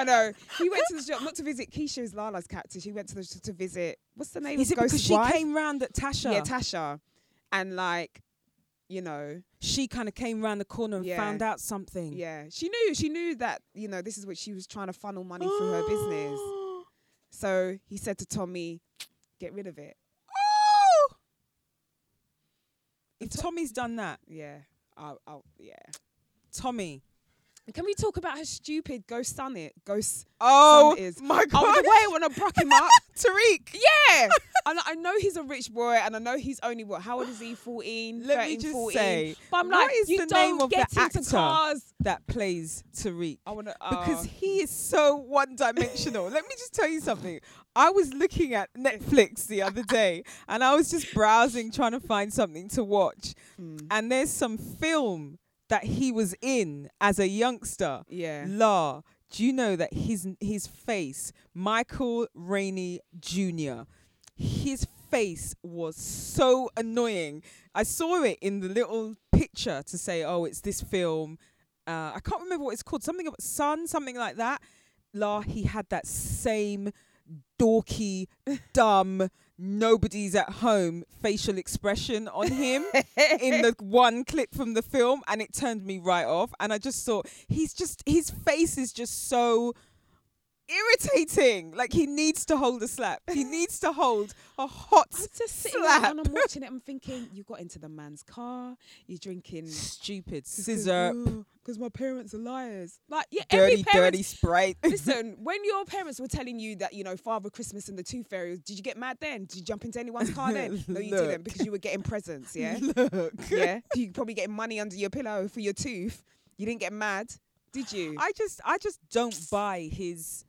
A: I know. He went to the shop not to visit Keisha's Lala's character. She went to the shop to visit what's the name
B: Is
A: of
B: it
A: Ghost's
B: because she
A: wife?
B: came round at Tasha?
A: Yeah, Tasha, and like, you know,
B: she kind of came round the corner and
A: Yeah.
B: found out something.
A: yeah, she knew. She knew that you know this is what she was trying to funnel money through her business.
B: Oh.
A: So he said to Tommy, "Get rid of it."
B: If Tommy's done that,
A: Yeah, I'll, I'll yeah.
B: Tommy.
A: Can we talk about her stupid ghost son? It ghost.
B: Oh
A: is-
B: my
A: Oh,
B: god.
A: the way when I broke him up.
B: Tariq.
A: Yeah, I And I know he's a rich boy, and I know he's only what? How old is he? 14,
B: Let
A: 13,
B: me just
A: 14.
B: say,
A: but I'm
B: what
A: like,
B: is
A: you
B: the
A: don't
B: name of
A: get
B: the
A: into
B: actor?
A: cars.
B: that plays Tariq.
A: I uh, want to
B: because he is so one dimensional. Let me just tell you something. I was looking at Netflix the other day and I was just browsing trying to find something to watch. And there's some film that he was in as a youngster.
A: yeah.
B: La, do you know that his his face, Michael Rainey Jr. His face was so annoying. I saw it in the little picture to say, "Oh, it's this film." Uh, I can't remember what it's called. Something about Sun, something like that. La, he had that same dorky, dumb, nobody's at home facial expression on him in the one clip from the film and it turned me right off and i just thought he's just his face is just so irritating like he needs to hold a slap he needs to hold a hot
A: I'm just sitting there and
B: slap.
A: I'm watching it. I'm thinking, you got into the man's car. You're drinking
B: stupid scissor
A: because my parents are liars. Like, yeah, every
B: dirty
A: parent
B: dirty spray
A: Listen, when your parents were telling you that, you know, Father Christmas and the Tooth Fairy, did you get mad then? Did you jump into anyone's car then? No, you
B: Look.
A: didn't because you were getting presents, yeah?
B: look
A: yeah. You probably getting money under your pillow for your tooth. You didn't get mad, did you?
B: I just I just don't buy his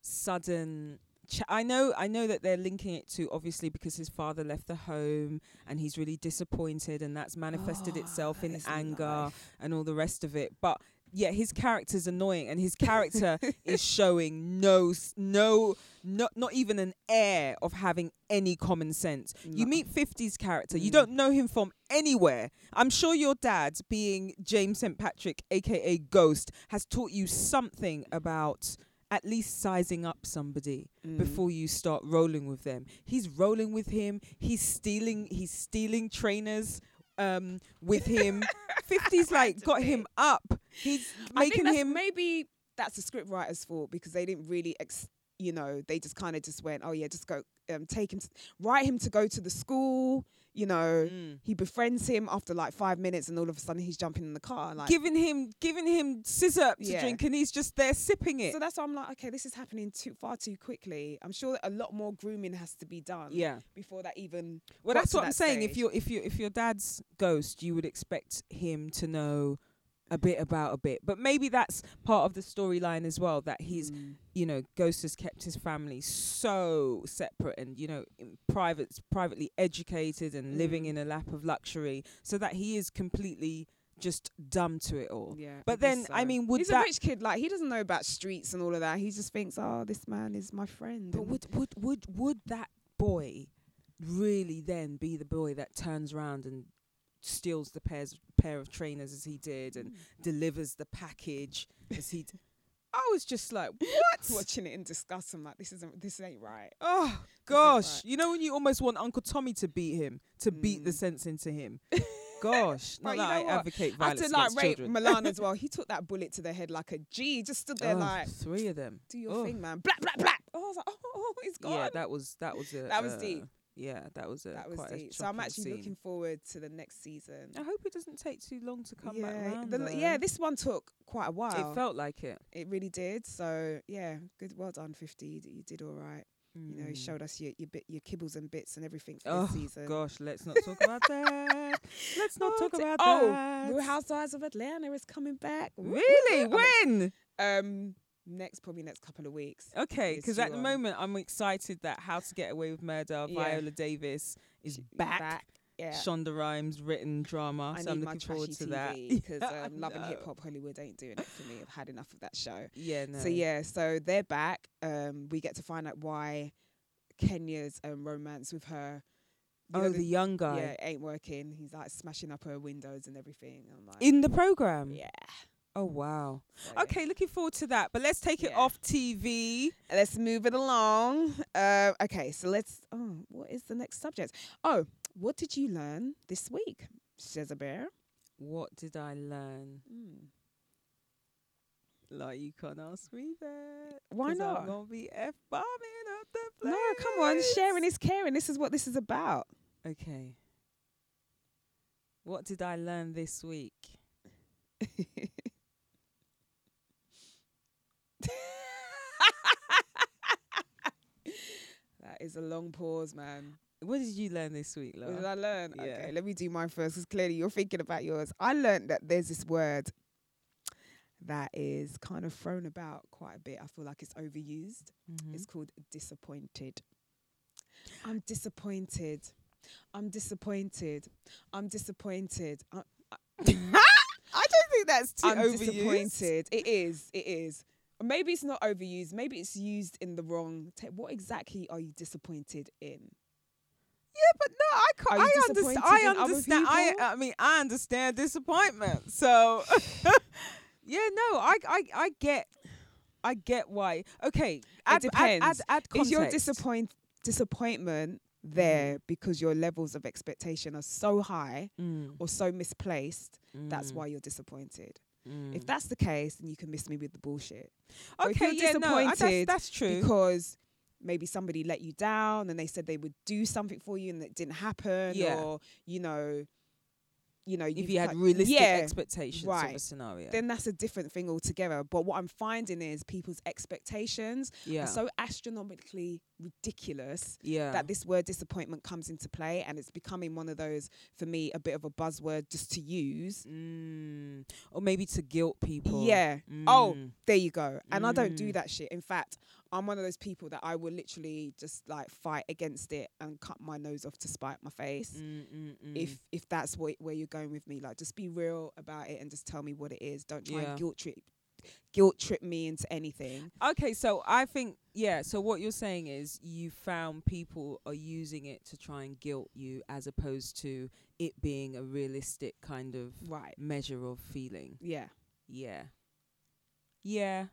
B: sudden. Ch- I know I know that they're linking it to obviously because his father left the home and he's really disappointed and that's manifested
A: Ah,
B: itself
A: that
B: in
A: is
B: anger
A: life.
B: and all the rest of it. But yeah, his character's annoying and his character is showing no s- no not not even an air of having any common sense. You
A: No.
B: meet 50's character, you
A: Mm.
B: don't know him from anywhere. I'm sure your dad, being James St. Patrick, aka Ghost, has taught you something about at least sizing up somebody
A: Mm.
B: before you start rolling with them. He's rolling with him, he's stealing he's stealing trainers um with him. 50's like got him up. He's
A: I think
B: making
A: that's-
B: him
A: Maybe that's the script writer's fault because they didn't really, ex- you know, they just kind of just went, oh, yeah, just go, um, take him, to, write him to go to the school, you know.
B: Mm.
A: He befriends him after like five minutes, and all of a sudden he's jumping in the car. Like,
B: giving him giving him scissor to
A: Yeah.
B: drink and he's just there sipping it.
A: So that's why I'm like, okay, this is happening too far too quickly. I'm sure that a lot more grooming has to be done
B: yeah.
A: before that even.
B: Well,
A: got
B: that's
A: to
B: what I'm
A: that
B: saying. If
A: stage.
B: your if your if your dad's ghost, you would expect him to know a bit about a bit. But maybe that's part of the storyline as well that he's,
A: Mm.
B: you know, ghost has kept his family so separate and you know, in private privately educated and living
A: Mm.
B: in a lap of luxury, so that he is completely just dumb to it all.
A: Yeah,
B: But then, I mean, would
A: he's
B: that-
A: a rich kid? Like he doesn't know about streets and all of that. He just thinks, oh, this man is my friend.
B: But
A: and-
B: would would would would that boy really then be the boy that turns round and steals the pairs pair of trainers as he did
A: Mm.
B: and delivers the package as he? D- I was just like, what?
A: watching it in disgust, I'm like, this isn't, this ain't right.
B: Oh gosh! You know when you almost want Uncle Tommy to beat him to beat the
A: Mm.
B: sense into him. Gosh, not
A: Right, you
B: that I
A: know what?
B: advocate
A: I had
B: violence
A: to like
B: against
A: rate
B: children.
A: Milan as well. He took that bullet to the head like a G. He Just stood there
B: Oh,
A: like,
B: three of them.
A: do your
B: Oh.
A: thing, man. Black, black, black. Oh, I was like, oh, oh, he's gone.
B: Yeah, that was that was a
A: That was
B: uh,
A: deep.
B: Yeah, that was a
A: That was
B: quite a
A: deep. So I'm
B: shocking
A: actually
B: scene.
A: looking forward to the next season.
B: I hope it doesn't take too long to come back
A: yeah,
B: round.
A: the l-
B: though.
A: yeah, this one took quite a while.
B: it felt like it.
A: It really did. So yeah, good. Well done, fifty. You, d- you did all right. You know, you showed us your your, bit, your kibbles and bits and everything for
B: Mm. Oh
A: this season.
B: gosh, let's not talk about that. Let's not
A: Oh,
B: talk
A: d-
B: about
A: oh,
B: that.
A: Real Housewives of Atlanta is coming back. Woo, woo,
B: Really?
A: woo. I'm ex-
B: When?
A: Um, next probably next couple of weeks.
B: Okay,
A: Yes,
B: because
A: you
B: at the
A: are.
B: moment I'm excited that How to Get Away with Murder,
A: Yeah.
B: Viola Davis is back.
A: Yeah.
B: Shonda Rhimes written drama,
A: I
B: so I'm
A: need my
B: looking forward
A: trashy
B: to that.
A: TV because
B: I
A: um, loving
B: know.
A: hip hop Hollywood ain't doing it for me. I've had enough of that show.
B: Yeah, no.
A: So yeah, so they're back. Um, we get to find out why Kenya's um, romance with her. you
B: Oh,
A: know,
B: the, young guy
A: yeah, it ain't working. He's like smashing up her windows and everything. I'm like, um,
B: in the program.
A: yeah.
B: Oh wow.
A: so-
B: Okay, looking forward to that. But let's take it
A: Yeah.
B: off TV.
A: let's move it along. Uh, okay, so let's. Oh, what is the next subject? Oh, what did you learn this week, Shazza Bear?
B: What did I learn?
A: Mm.
B: Like you can't ask me that.
A: Why
B: 'cause
A: not?
B: I'm gonna be f bombing up the place.
A: No, come on, sharing is caring. This is what this is about.
B: Okay. What did I learn this week?
A: That is a long pause, man.
B: What did you learn this week,
A: What did
B: Laura?
A: I learn?
B: Yeah.
A: Okay, let me do mine first because clearly you're thinking about yours. I learned that there's this word that is kind of thrown about quite a bit. I feel like it's overused. It's called disappointed. I'm disappointed. I'm disappointed. I'm disappointed. I,
B: I don't think that's too
A: I'm
B: overused.
A: disappointed. It is. It is. Maybe it's not overused. Maybe it's used in the wrong. Te- what exactly are you disappointed in?
B: Yeah, but no, I
A: Are
B: can't.
A: you
B: I, understand.
A: disappointed
B: I
A: in other
B: understand. I,
A: people?
B: I mean, I understand disappointment. So, yeah, no, I, I, I get, I get why. Okay, add, Add,
A: depends.
B: add, add
A: Is your
B: context. Mm.
A: disappoint disappointment there because your levels of expectation are so high
B: Mm,
A: or so misplaced? That's
B: mm,
A: why you're disappointed.
B: mm.
A: If that's the case, then you can miss me with the bullshit. or if
B: okay,
A: you're
B: yeah, no, I- that's,
A: disappointed
B: that's true.
A: because maybe somebody let you down and they said they would do something for you and it didn't happen
B: Yeah.
A: or you know you know
B: if
A: you've
B: you had
A: cut-
B: realistic
A: yeah,
B: expectations of a
A: right.
B: scenario,
A: then that's a different thing altogether but what i'm finding is people's expectations
B: yeah,
A: are so astronomically ridiculous
B: yeah,
A: that this word disappointment comes into play and it's becoming one of those for me a bit of a buzzword just to use
B: mm, or maybe to guilt people.
A: yeah oh
B: Mm.
A: there you go. And I don't do
B: Mm.
A: that shit. In fact, I'm one of those people that I will literally just like fight against it and cut my nose off to spite my face.
B: Mm, mm, mm.
A: If if that's what, where you're going with me, like just be real about it and just tell me what it is. Don't try
B: Yeah.
A: and guilt trip guilt trip me into anything.
B: Okay, so I think yeah. So what you're saying is you found people are using it to try and guilt you, as opposed to it being a realistic kind of
A: Right.
B: measure of feeling.
A: Yeah.
B: Yeah, yeah.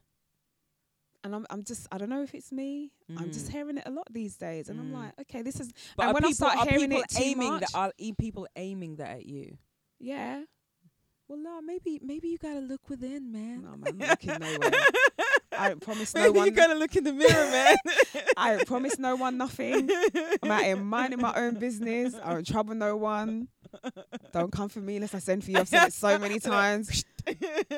A: And I'm I'm just I don't know if it's me. I'm just
B: Mm.
A: hearing it a lot these days. And I'm
B: Mm.
A: like, okay, this is
B: But
A: And
B: are
A: when I
B: people,
A: start
B: are
A: hearing
B: people
A: it too
B: aiming
A: much-
B: that are e- people aiming that at you?
A: yeah.
B: Well, no, maybe maybe you gotta look within, man.
A: No, man, I'm looking nowhere. I don't promise no
B: maybe you
A: one
B: gotta look in the mirror, man.
A: I don't promise no one nothing. I'm out here minding my own business. I don't trouble no one. Don't come for me unless I send for you. I've said it so many times.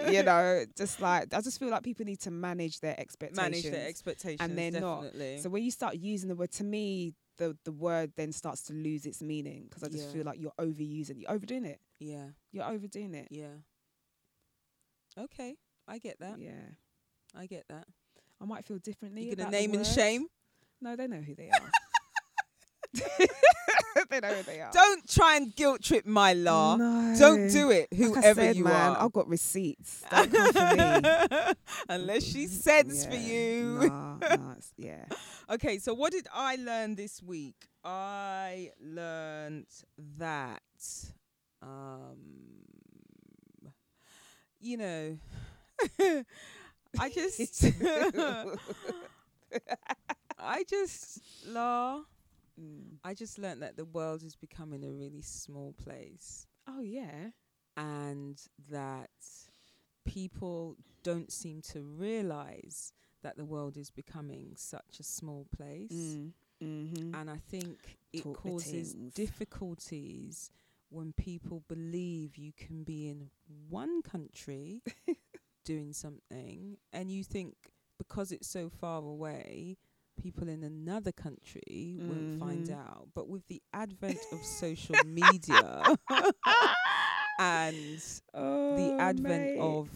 A: you know, just like I just feel like people need to manage their expectations.
B: Manage their expectations,
A: they're not.
B: definitely.
A: so when you start using the word, to me, the the word then starts to lose its meaning because I just
B: Yeah.
A: feel like you're overusing, you're overdoing it.
B: yeah.
A: You're overdoing it.
B: Yeah. Okay, I get
A: Yeah.
B: that. I get that.
A: I might feel differently.
B: You're gonna
A: about the
B: name and
A: word.
B: shame.
A: No, they know who they are. they know who they are.
B: Don't try and guilt trip my law.
A: Uh, No.
B: Don't do it,
A: Like I
B: whoever
A: said,
B: you
A: man,
B: are.
A: I've got receipts. Don't come for me.
B: Unless she sends for
A: Yeah,
B: you.
A: Nah, nah, it's- yeah.
B: Okay, so what did I learn this week? I learned that, um, you know, I just, I just, la,
A: Mm.
B: I just learned that the world is becoming a really small place
A: Oh yeah.
B: and that people don't seem to realize that the world is becoming such a small place
A: Mm. Mm-hmm.
B: and I think it
A: Talk the
B: causes
A: tings.
B: difficulties when people believe you can be in one country doing something, and you think because it's so far away, people in another country won't find
A: Mhm.
B: out. But with the advent of social media and
A: oh,
B: the advent
A: mate.
B: of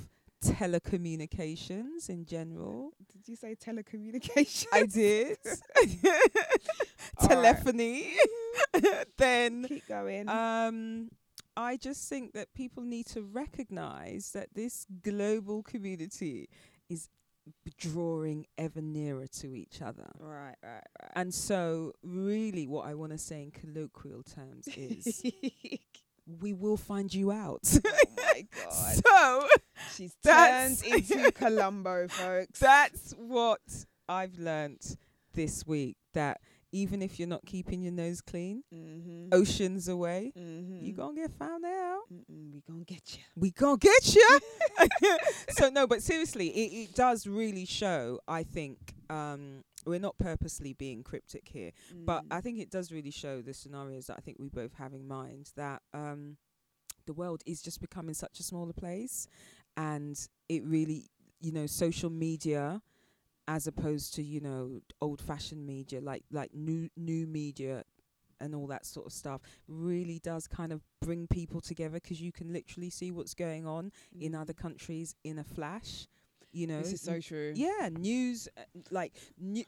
B: telecommunications in general,
A: did you say telecommunication?
B: I did
A: All right.
B: telephony.
A: Mm-hmm.
B: then
A: Keep going.
B: um, I just think that people need to recognize that this global community is b- drawing ever nearer to each other.
A: right, right, right.
B: And so, really, what I want to say in colloquial terms is we will find you out.
A: oh my god.
B: so,
A: She's
B: That's-
A: turned into Columbo, folks.
B: that's what I've learnt this week that even if you're not keeping your nose clean, Mm.
A: mm-hmm.
B: oceans away,
A: mm-hmm.
B: you gonna get found out.
A: Mm-mm, we gonna get you.
B: we gonna get you. so no, but seriously, it, it does really show. I think um, we're not purposely being cryptic here, but
A: Mm.
B: I think it does really show the scenarios that I think we both have in mind that um, the world is just becoming such a smaller place, and it really, you know, social media as opposed to you know old fashioned media like like new new media and all that sort of stuff really does kind of bring people together 'cause you can literally see what's going on in other countries in a flash you know
A: Mm-hmm. Mm. This is so
B: N-
A: true.
B: yeah news uh, like new,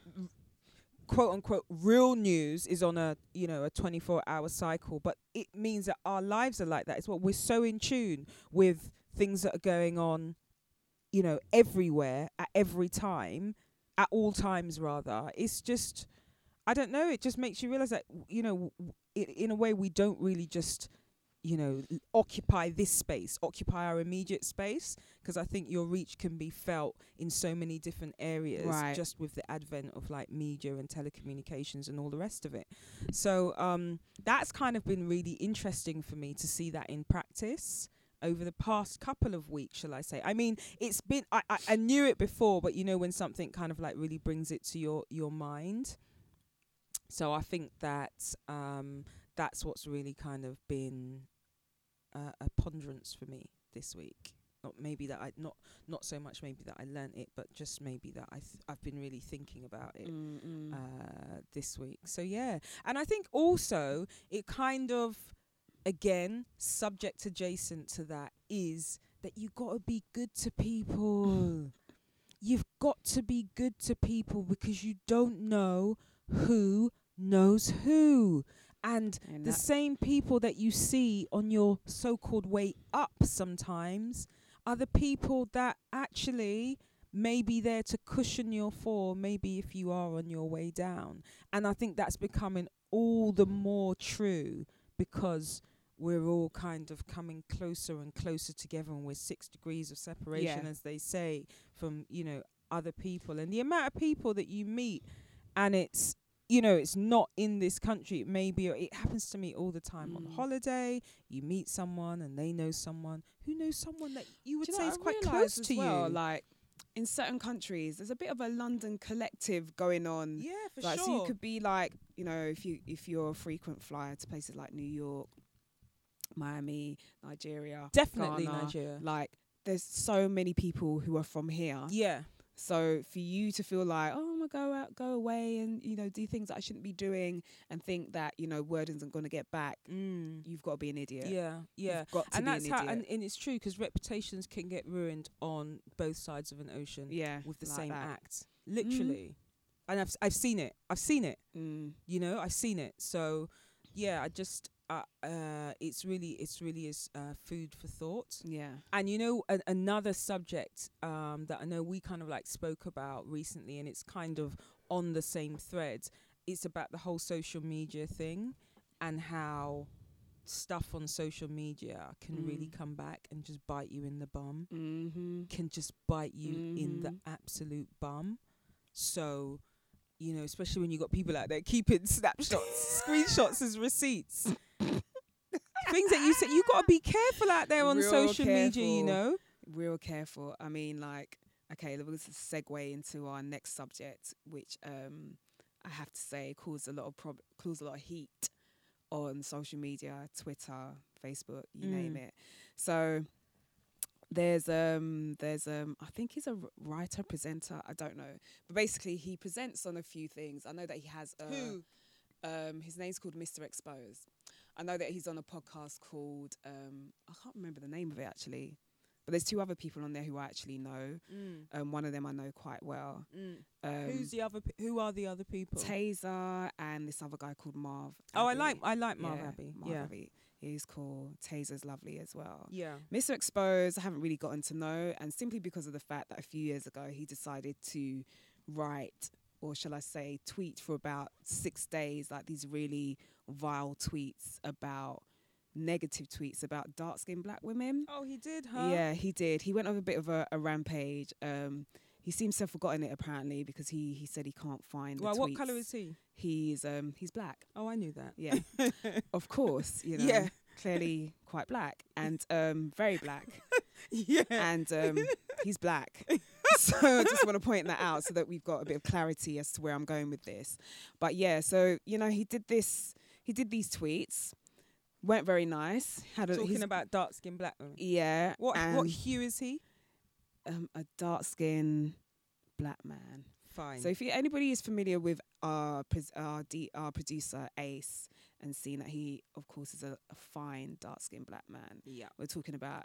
B: quote unquote real news is on a you know a 24 hour cycle but it means that our lives are like that it's what we're so in tune with things that are going on you know everywhere at every time at all times rather it's just i don't know it just makes you realize that you know w- i in a way we don't really just you know l- occupy this space occupy our immediate space because i think your reach can be felt in so many different areas
A: Right.
B: just with the advent of like media and telecommunications and all the rest of it so um that's kind of been really interesting for me to see that in practice over the past couple of weeks, shall I say? I mean, it's been I, I, I knew it before, but you know when something kind of like really brings it to your your mind. So I think that um, that's what's really kind of been uh, a ponderance for me this week. Not maybe that I not not so much maybe that I learnt it, but just maybe that I th- I've been really thinking about it
A: Mm, mm.
B: uh, this week. So yeah, and I think also it kind of again subject adjacent to that is that you got to be good to people. You've got to be good to people because you don't know who knows who. And
A: And
B: the
A: that-
B: same people that you see on your so-called way up sometimes are the people that actually may be there to cushion your fall maybe if you are on your way down and i think that's becoming all the more true because we're all kind of coming closer and closer together and we're six degrees of separation
A: Yeah.
B: as they say from you know other people and the amount of people that you meet and it's you know it's not in this country it may be it happens to me all the time on
A: Mm.
B: holiday you meet someone and they know someone who knows someone that you would
A: Do you know
B: say
A: what
B: is
A: I
B: quite
A: realised
B: close
A: as
B: to
A: well,
B: you
A: Like in certain countries, there's a bit of a London collective going on.
B: yeah for
A: like
B: sure
A: so, you could be like you know if you if you're a frequent flyer to places like New York, Miami, Nigeria,
B: definitely
A: Ghana,
B: nigeria
A: Like there's so many people who are from here.
B: yeah
A: So for you to feel like, oh, I'm gonna go out, go away, and you know, do things that I shouldn't be doing, and think that you know, word isn't gonna get back.
B: mm.
A: You've got to be an idiot.
B: yeah yeah,
A: You've got to
B: and
A: be
B: that's
A: an
B: how
A: idiot.
B: and, and it's true 'cause reputations can get ruined on both sides of an ocean
A: yeah,
B: with the
A: like
B: same
A: that.
B: act literally and I've, I've seen it i've seen it
A: Mm.
B: you know i've seen it so yeah i just uh, uh it's really it's really is uh, food for thought
A: Yeah.
B: and you know a- another subject um that i know we kind of like spoke about recently and it's kind of on the same thread it's about the whole social media thing and how stuff on social media can really
A: Mm.
B: come back and just bite you in the bum
A: Mm-hmm.
B: can just bite you in the
A: Mhm.
B: absolute bum. So, you know, especially when you got people out there keeping snapshots, screenshots as receipts. Things that you said, you got to be careful out there on
A: Real
B: social media, you
A: careful.
B: know?
A: real careful. I mean, like, okay, we're going to segue into our next subject, which um, I have to say caused a lot of prob- caused a lot of heat on social media, Twitter, Facebook, you name
B: Mm.
A: it. So there's um there's um I think he's a r- writer presenter I don't know but basically he presents on a few things I know that he has a, um, his name's called Mr. Exposed. I know that he's on a podcast called um, I can't remember the name of it actually, but there's two other people on there who I actually know.
B: Mm,
A: Um, one of them I know quite well.
B: mm.
A: Um,
B: Who's the other? Pe- who are the other people?
A: Taser and this other guy called Marv.
B: oh, I
A: Abbey.
B: like I like Marv
A: Yeah,
B: Abbey.
A: Marv
B: yeah,
A: Abbey. He's cool. Taser's lovely as well.
B: yeah.
A: Mr. Exposed, I haven't really gotten to know, and simply because of the fact that a few years ago he decided to write, or shall I say, tweet for about six days, like these really vile tweets about negative tweets about dark skinned black women.
B: Oh, he did, huh?
A: Yeah, he did. He went on a bit of a, a rampage. Um, he seems to have forgotten it apparently because he, he said he can't find.
B: Well,
A: the
B: what
A: tweets.
B: color is he?
A: he's um he's black?
B: Oh, I knew that.
A: Yeah, of course. You know,
B: Yeah.
A: clearly quite black and um very black
B: yeah.
A: and um, he's black. so I just want to point that out so that we've got a bit of clarity as to where I'm going with this. But yeah, so you know, he did this. He did these tweets. weren't very nice. Had a, he's-
B: Talking about dark skinned black women.
A: yeah.
B: What
A: and,
B: what hue is he?
A: Um, a dark skin black man.
B: Fine.
A: So if you, anybody is familiar with our pres- our, D, our producer Ace and seeing that he of course is a, a fine dark skinned black man,
B: yeah.
A: we're talking about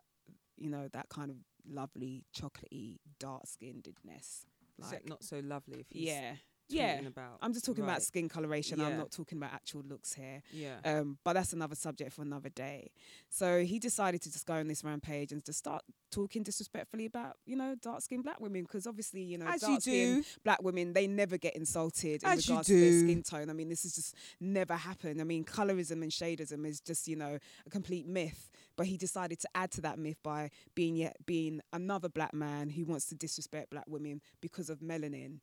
A: you know that kind of lovely chocolatey dark skinnedness.
B: Except
A: Like
B: not so lovely if he's
A: yeah,
B: yeah.
A: yeah.
B: about.
A: I'm just talking
B: Right.
A: about skin coloration.
B: Yeah.
A: I'm not talking about actual looks here.
B: yeah.
A: Um, but that's another subject for another day. So he decided to just go on this rampage and just start talking disrespectfully about, you know, dark skinned black women. Because obviously, you know,
B: As you
A: dark skinned
B: do.
A: black women, they never get insulted in
B: As you
A: regards to their
B: do.
A: skin tone. I mean, this has just never happened. I mean, colorism and shadism is just, you know, a complete myth. But he decided to add to that myth by being yet being another black man who wants to disrespect black women because of melanin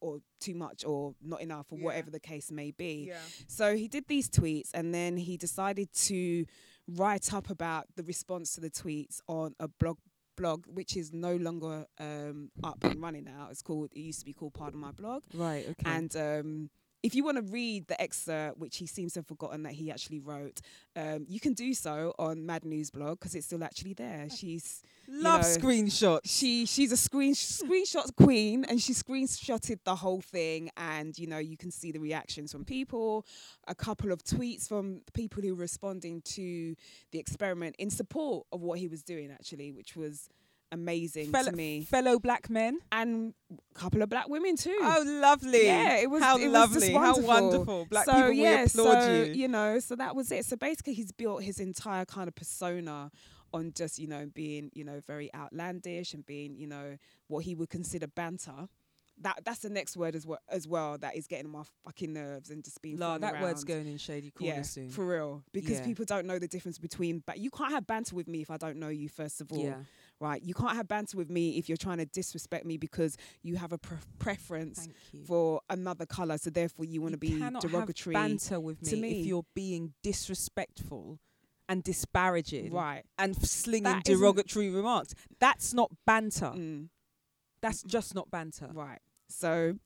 A: or too much or not enough or
B: Yeah.
A: whatever the case may be.
B: Yeah.
A: So he did these tweets and then he decided to write up about the response to the tweets on a blog blog which is no longer um, up and running now. It's called it used to be called Pardon My Blog.
B: Right. Okay.
A: And um, if you want to read the excerpt, which he seems to have forgotten that he actually wrote, um, you can do so on Mad News blog because it's still actually there. She's
B: love
A: know,
B: screenshots.
A: she she's a screen screenshot queen and she screenshotted the whole thing and you know you can see the reactions from people a couple of tweets from people who were responding to the experiment in support of what he was doing actually which was amazing
B: Fellow,
A: to me
B: fellow black men.
A: and a couple of black women too
B: Oh, lovely.
A: Yeah, it was-
B: How
A: it was
B: lovely.
A: just
B: How
A: wonderful.
B: wonderful. Black people, we applaud
A: so,
B: you.
A: know, so that was it. So basically, he's built his entire kind of persona on just you know being you know very outlandish and being you know what he would consider banter. That that's the next word as well as well that is getting on my fucking nerves and just being
B: La,
A: thrown
B: that word's
A: around.
B: going in shady corner
A: Yeah,
B: soon.
A: for real, because
B: Yeah.
A: people don't know the difference between. But you can't have banter with me if I don't know you. First of all,
B: yeah.
A: right? You can't have banter with me if you're trying to disrespect me because you have a pre- preference
B: Thank you.
A: for another color, so therefore you want to
B: You
A: be
B: cannot
A: derogatory,
B: Have banter with me,
A: to
B: if
A: me.
B: you're being disrespectful and disparaging
A: right?
B: and f- slinging
A: That isn't-
B: derogatory remarks. That's not banter.
A: Mm,
B: That's just not banter.
A: right. So,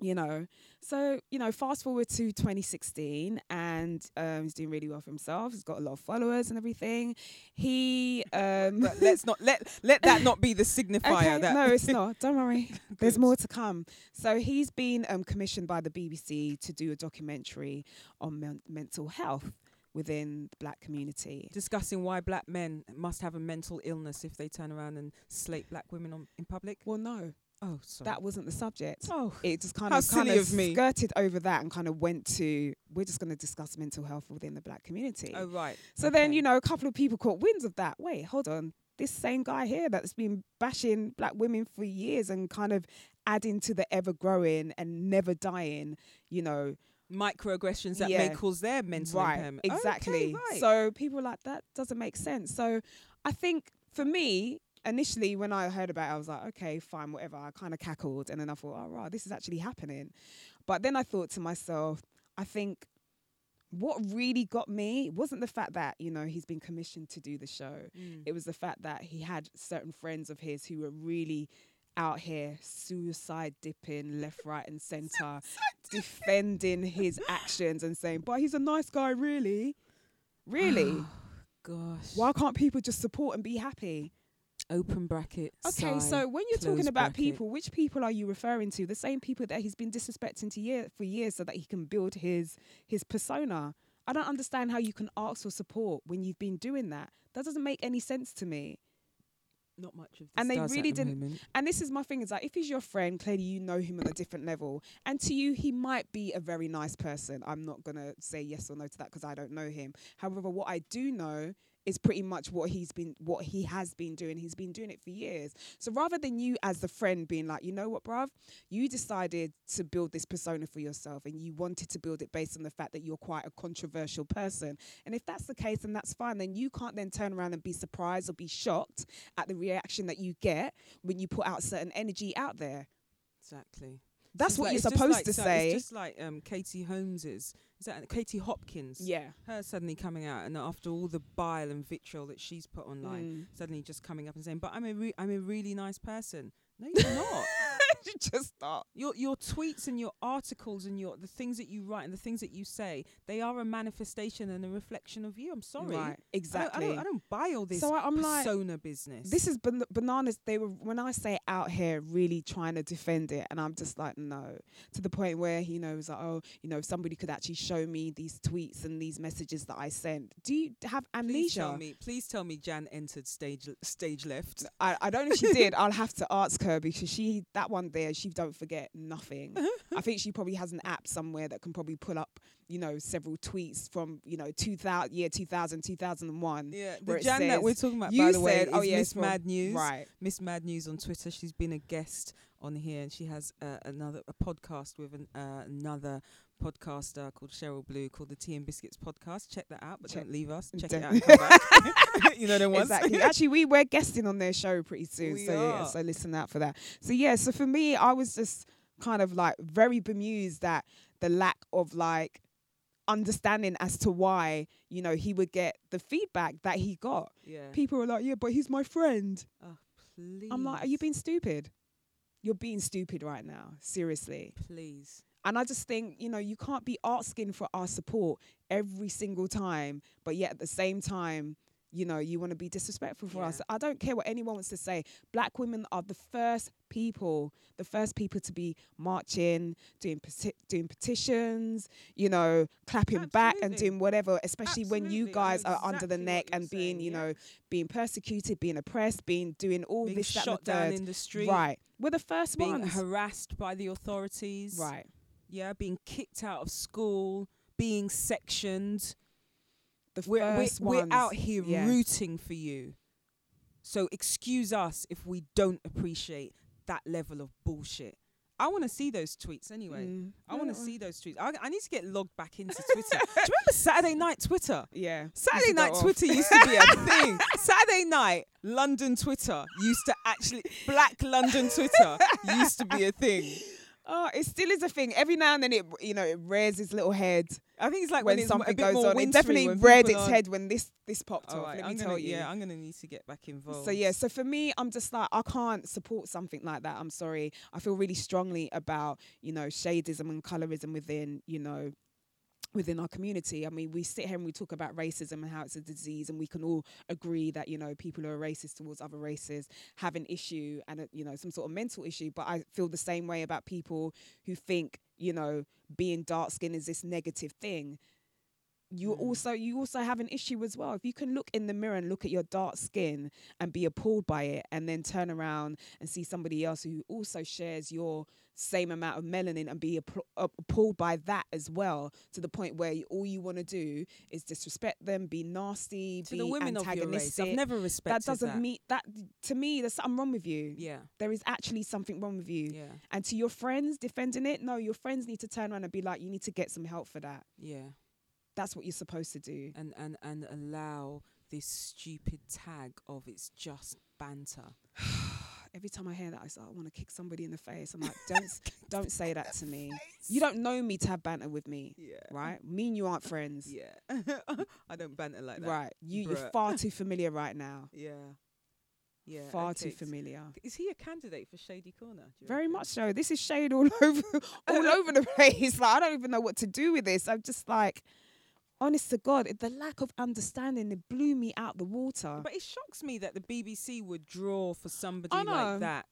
A: you know, so you know, fast forward to 2016, and um, he's doing really well for himself. He's got a lot of followers and everything. He, um,
B: But let's not let let that not be the signifier.
A: okay,
B: that
A: no, it's not. Don't worry. There's
B: Good.
A: more to come. So he's been um, commissioned by the BBC to do a documentary on men- mental health within the black community.
B: discussing why black men must have a mental illness if they turn around and slate black women on, in public.
A: Well, no,
B: Oh, sorry.
A: that wasn't the subject.
B: oh,
A: it just kind
B: How
A: of kind
B: silly
A: of
B: of me.
A: skirted over that and kind of went to we're just going to discuss mental health within the black community.
B: oh right.
A: so then you know a couple of people caught winds of that. Wait, hold on. This same guy here that's been bashing black women for years and kind of adding to the ever growing and never dying, you know,
B: microaggressions that may
A: Yeah.
B: cause their mental
A: right,
B: impairment. Okay,
A: Exactly.
B: right.
A: So people were like that doesn't make sense. So I think for me, initially when I heard about it, I was like, okay, fine, whatever. I kind of cackled and then I thought, oh right, this is actually happening. But then I thought to myself, I think what really got me wasn't the fact that, you know, he's been commissioned to do the show.
B: Mm.
A: It was the fact that he had certain friends of his who were really out here suicide dipping left, right, and centre, defending his actions and saying, but he's a nice guy, really. Really?
B: Gosh.
A: Why can't people just support and be happy?
B: Open bracket. sigh.
A: Okay, so when you're talking
B: close
A: about
B: bracket.
A: people, which people are you referring to? The same people that he's been disrespecting to year for years so that he can build his his persona. I don't understand how you can ask for support when you've been doing that. That doesn't make any sense to me.
B: not much of this
A: and they
B: does at
A: really
B: the
A: didn't-
B: moment.
A: And this is my thing is like, if he's your friend, clearly you know him on a different level. And to you, he might be a very nice person. I'm not going to say yes or no to that because I don't know him. However, what I do know is pretty much what he's been what he has been doing he's been doing it for years so rather than you as the friend being like you know what bruv you decided to build this persona for yourself and you wanted to build it based on the fact that you're quite a controversial person and if that's the case then that's fine then you can't then turn around and be surprised or be shocked at the reaction that you get when you put out certain energy out there.
B: Exactly.
A: That's
B: It's
A: what
B: like-
A: you're
B: it's just
A: supposed
B: like-
A: to
B: so
A: say.
B: It's just like um, Katie Holmes's. Is that Katie Hopkins?
A: yeah.
B: Her suddenly coming out, and after all the bile and vitriol that she's put online,
A: Mm.
B: suddenly just coming up and saying, "But I'm a re- I'm a really nice person." No, you're not.
A: should just start.
B: Your your tweets and your articles and your the things that you write and the things that you say, they are a manifestation and a reflection of you. I'm sorry.
A: Right,
B: I don't-
A: exactly.
B: I don't, I don't buy all this
A: so I, I'm like,
B: persona business.
A: this is ban- bananas. They were when I say out here, really trying to defend it, and I'm just like, no. To the point where he knows, like, oh, you know, if somebody could actually show me these tweets and these messages that I sent. Do you have
B: please
A: amnesia?
B: tell me, please tell me, Jan entered stage l- stage left.
A: I, I don't know if she did. I'll have to ask her because she that one there she don't forget nothing. I think she probably has an app somewhere that can probably pull up you know several tweets from you know 2000 year 2000 2001.
B: Yeah,
A: where
B: the
A: it
B: Jan that we're
A: says-
B: talking about,
A: you
B: by the way,
A: said, oh
B: is
A: yeah, it's
B: Miss
A: from-
B: Mad News.
A: Right.
B: Miss Mad News on Twitter. She's been a guest on here, and she has uh, another a podcast with an, uh, another podcaster called Cheryl Blue called the Tea and Biscuits podcast. Check that out, but
A: Check-
B: don't leave us. Check it
A: Don't-
B: out. and come back. you know them ones.
A: Exactly. Actually, we were guesting on their show pretty soon,
B: We
A: so yeah,
B: are.
A: so listen out for that. So yeah, so for me, I was just kind of like very bemused at the lack of like understanding as to why you know he would get the feedback that he got.
B: yeah.
A: People were like, "Yeah, but he's my friend."
B: Oh, please.
A: I'm like, are you being stupid? You're being stupid right now, seriously.
B: Please.
A: And I just think, you know, you can't be asking for our support every single time, but yet at the same time, you know, you want to be disrespectful for us. I don't care what anyone wants to say. Black women are the first people, the first people to be marching, doing peti- doing petitions, you know, clapping back and
B: Absolutely.
A: doing whatever, especially when you
B: Absolutely. I know
A: guys are under
B: exactly
A: the
B: what
A: neck
B: you're
A: and being,
B: saying,
A: you
B: yeah.
A: know, being persecuted, being oppressed, being doing all
B: being
A: this, that, and
B: shot
A: the third.
B: down in the street.
A: Right. We're the first
B: Being
A: ones.
B: harassed by the authorities.
A: right.
B: Yeah. Being kicked out of school. Being sectioned.
A: The
B: we're, we're,
A: 1st
B: we're
A: ones.
B: out here
A: yeah.
B: rooting for you. So excuse us if we don't appreciate that level of bullshit. I want to see those tweets anyway.
A: Mm.
B: I want to
A: Mm.
B: see those tweets. I, I need to get logged back into Twitter. Do you remember Saturday night Twitter?
A: Yeah.
B: Saturday
A: Used to go
B: night
A: off.
B: Twitter used to be a thing. Saturday night London Twitter used to actually black London Twitter used to be a thing.
A: Oh, it still is a thing. Every now and then it you know, it rears its little head
B: I think it's like when,
A: when,
B: it's m- a
A: something
B: bit
A: goes
B: more
A: on. It
B: wintry,
A: definitely
B: when
A: reared
B: people
A: its
B: aren't-
A: head when this this popped
B: All
A: off.
B: right,
A: Let me
B: I'm gonna-
A: tell you.
B: Yeah, I'm gonna need to get back involved.
A: So yeah, so for me, I'm just like I can't support something like that. I'm sorry. I feel really strongly about you know shadism and colorism within you know within our community. I mean, we sit here and we talk about racism and how it's a disease, and we can all agree that you know people who are racist towards other races have an issue and a, you know some sort of mental issue. But I feel the same way about people who think you know being dark skinned is this negative thing you
B: Mm.
A: also you also have an issue as well. If you can look in the mirror and look at your dark skin and be appalled by it, and then turn around and see somebody else who also shares your same amount of melanin and be appl- up- appalled by that as well, to the point where you, all you want to do is disrespect them, be nasty,
B: to
A: be
B: the women of your race.
A: antagonistic.
B: I've never respected
A: that doesn't meet that to me. There's something wrong with you.
B: Yeah,
A: There is actually something wrong with you.
B: yeah,
A: And to your friends defending it, no, your friends need to turn around and be like, you need to get some help for that.
B: yeah,
A: That's what you're supposed to do.
B: and and and allow this stupid tag of it's just banter.
A: Uh, Every time I hear that, I start, I want to kick somebody in the face. I'm like, don't, s- don't say that to me. You don't know me to have banter with me,
B: Yeah,
A: right? Me and you aren't friends,
B: yeah. I don't banter like that.
A: right? You, you're
B: Bruh.
A: far too familiar right now.
B: Yeah, yeah.
A: far
B: okay.
A: too familiar.
B: Is he a candidate for Shady Corner? do you
A: Very
B: reckon?
A: much so. This is shade all over, all over the place. Like I don't even know what to do with this. I'm just like, honest to God, the lack of understanding it blew me out the water.
B: But it shocks me that the BBC would draw for somebody
A: I know.
B: like that.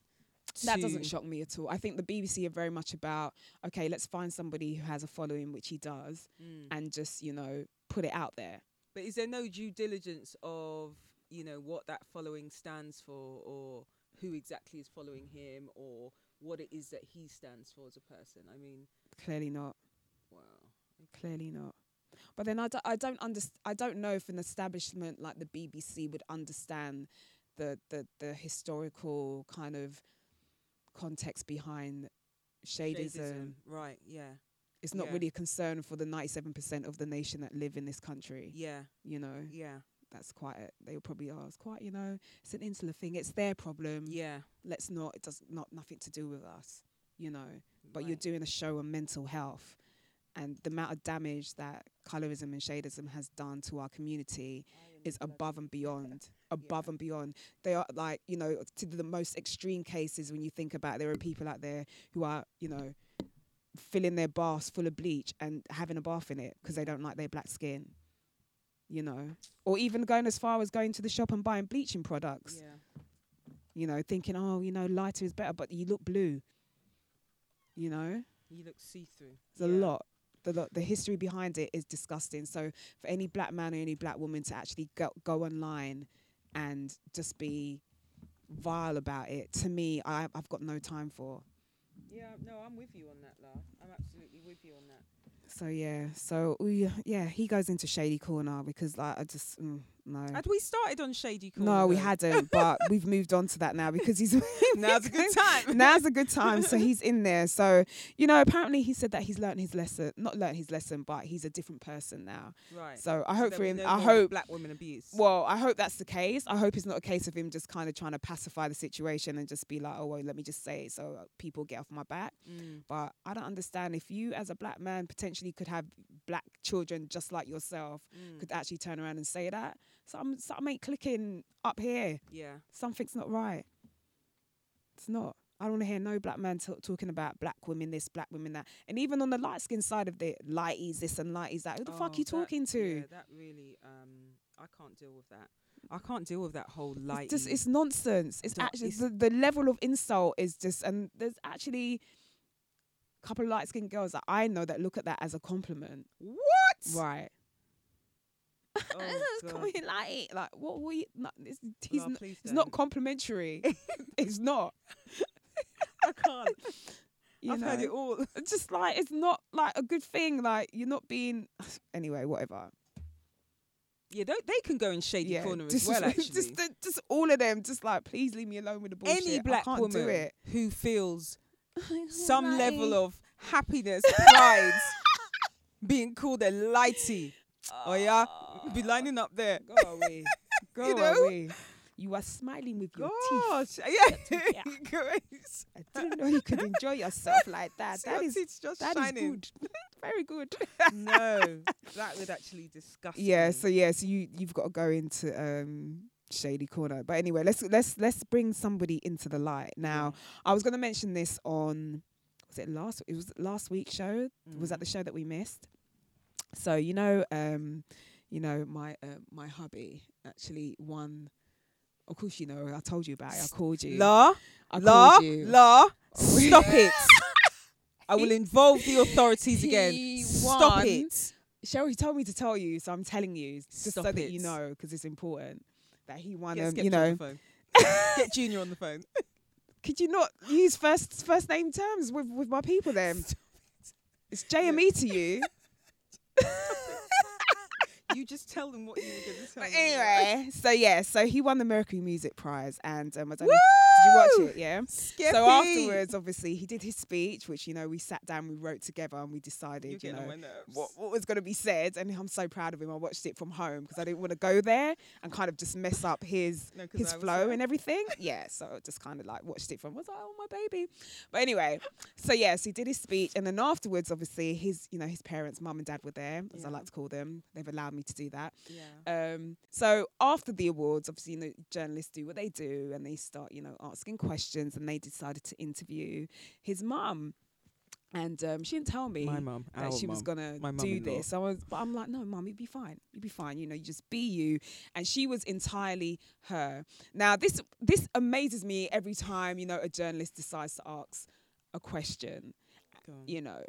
A: That
B: to-
A: doesn't shock me at all. I think the BBC are very much about okay, let's find somebody who has a following, which he does,
B: Mm.
A: and just you know put it out there.
B: But is there no due diligence of you know what that following stands for, or who exactly is following him, or what it is that he stands for as a person? I mean,
A: Clearly not.
B: wow.
A: Clearly not. But then I, do, I don't underst- I don't know if an establishment like the BBC would understand the the, the historical kind of context behind shadism.
B: right? Yeah,
A: It's not
B: yeah.
A: really a concern for the ninety seven percent of the nation that live in this country.
B: yeah,
A: You know,
B: yeah,
A: that's quite. A, they probably are. It's quite. You know, it's an insular thing. It's their problem.
B: yeah.
A: Let's not. It does not nothing to do with us. You know but you're
B: right.
A: doing a show on mental health and the amount of damage that colorism and shadism has done to our community is above and beyond above and beyond they are like you know to the most extreme cases when you think about it, there are people out there who are you know filling their baths full of bleach and having a bath in it because they don't like their black skin you know or even going as far as going to the shop and buying bleaching products you know thinking oh you know lighter is better but you look blue you know
B: You look see through.
A: it's a lot. The lot. The history behind it is disgusting. So for any black man or any black woman to actually go, go online and just be vile about it, to me, I, I've got no time for.
B: Yeah, no, I'm with you on that, love. I'm absolutely with you on that.
A: So yeah. So we, yeah, he goes into shady corner because like I just mm, no.
B: Had we started on Shady Corner?
A: no, we
B: though?
A: hadn't, but we've moved on to that now because he's
B: Now's a good time.
A: now's a good time. So he's in there. So you know, apparently he said that he's learned his lesson, not learned his lesson, but he's a different person now.
B: Right.
A: So I
B: So
A: hope
B: there
A: for
B: was
A: him.
B: no
A: I
B: more
A: hope.
B: black women abuse.
A: Well, I hope that's the case. I hope it's not a case of him just kind of trying to pacify the situation and just be like, oh, well, let me just say it so uh, people get off my back.
B: Mm.
A: But I don't understand if you, as a black man, potentially could have black children just like yourself,
B: Mm.
A: could actually turn around and say that. Something, something ain't clicking up here.
B: Yeah.
A: Something's not right. It's not. I don't want to hear no black man t- talking about black women this, black women that. And even on the light skin side of the lighties this and lighties that, who the fuck
B: Oh,
A: you
B: that-
A: talking to?
B: Yeah, that really. Um, I can't deal with that. I can't deal with that whole light.
A: It's just it's nonsense. It's
B: Don't-
A: actually
B: it's-
A: the, the level of insult is just and there's actually a couple of light skinned girls that I know that look at that as a compliment.
B: what?
A: Right.
B: Oh,
A: Come
B: God.
A: here, light. Like what were you no, it's, he's
B: Love,
A: not,
B: please
A: it's not
B: don't.
A: complimentary. it's not.
B: I can't.
A: You
B: I've
A: know?
B: heard it all.
A: It's just like it's not like a good thing. Like you're not being anyway, whatever.
B: Yeah, they, they can go in shady corner as
A: just-
B: well. Actually,
A: Just the- just all of them, just like please leave me alone with the bullshit.
B: any black
A: I can't
B: woman
A: do it.
B: who feels some level of happiness, pride,
A: pride.
B: being called a lighty, oh yeah, be lining up there.
A: Go away. Go
B: You know?
A: away. You are smiling with your teeth.
B: Gosh, yeah,
A: teeth,
B: Grace.
A: I didn't know you could enjoy yourself like Ah, that.
B: See
A: That
B: your
A: is
B: teeth's just
A: that is
B: shining.
A: good. Very good.
B: no, that would actually disgust.
A: Yeah,
B: me.
A: so yeah, so you you've got to go into um shady corner. But anyway, let's let's let's bring somebody into the light. Now, I was going to mention this on was it last it was last week's show was
B: Mm.
A: that the show that we missed? So you know, um, you know, my uh, my hubby actually won. Of course, you know, I told you about it. I called you.
B: La,
A: I
B: la,
A: called you. Oh.
B: la. Stop it. I will involve the authorities
A: He
B: again. Stop
A: won.
B: it.
A: Sherry told me to tell you, so I'm telling you, just
B: Stop
A: so that you
B: it.
A: know, because it's important that he won.
B: Get
A: Um,
B: Skepta on
A: you know,
B: the phone. Get Junior on the phone.
A: could you not use first first name terms with with my people then? It's JME to you.
B: you just tell them what you were going to tell
A: But
B: them.
A: anyway, so yeah, so he won the Mercury Music Prize, and um, I don't
B: Woo!
A: know, did you watch it? Yeah.
B: Skippy.
A: So afterwards, obviously, he did his speech, which you know we sat down, we wrote together, and we
B: you're
A: decided, you
B: getting on
A: know,
B: my nerves.
A: what, what was going to be said. And I'm so proud of him. I watched it from home because I didn't want to go there and kind of just mess up his
B: No, 'cause
A: his
B: I was uh,
A: flow
B: there.
A: and everything. Yeah, so I just kind of like watched it from. I was like, oh my baby. But anyway, so yes, he did his speech, and then afterwards, obviously, his you know his parents, mum and dad, were there, as I
B: Yeah.
A: like to call them. They've allowed me to do that.
B: Yeah.
A: Um, so after the awards, obviously, you know, journalists do what they do and they start, you know, asking questions and they decided to interview his mum. And um, she didn't tell me
B: Oh, mum.
A: that she was gonna
B: My
A: do
B: mum-in-law.
A: this. I was, but I'm like, no, mum, you'd be fine. You'd be fine. You know, you just be you. And she was entirely her. Now, this this amazes me every time you know a journalist decides to ask a question. You know,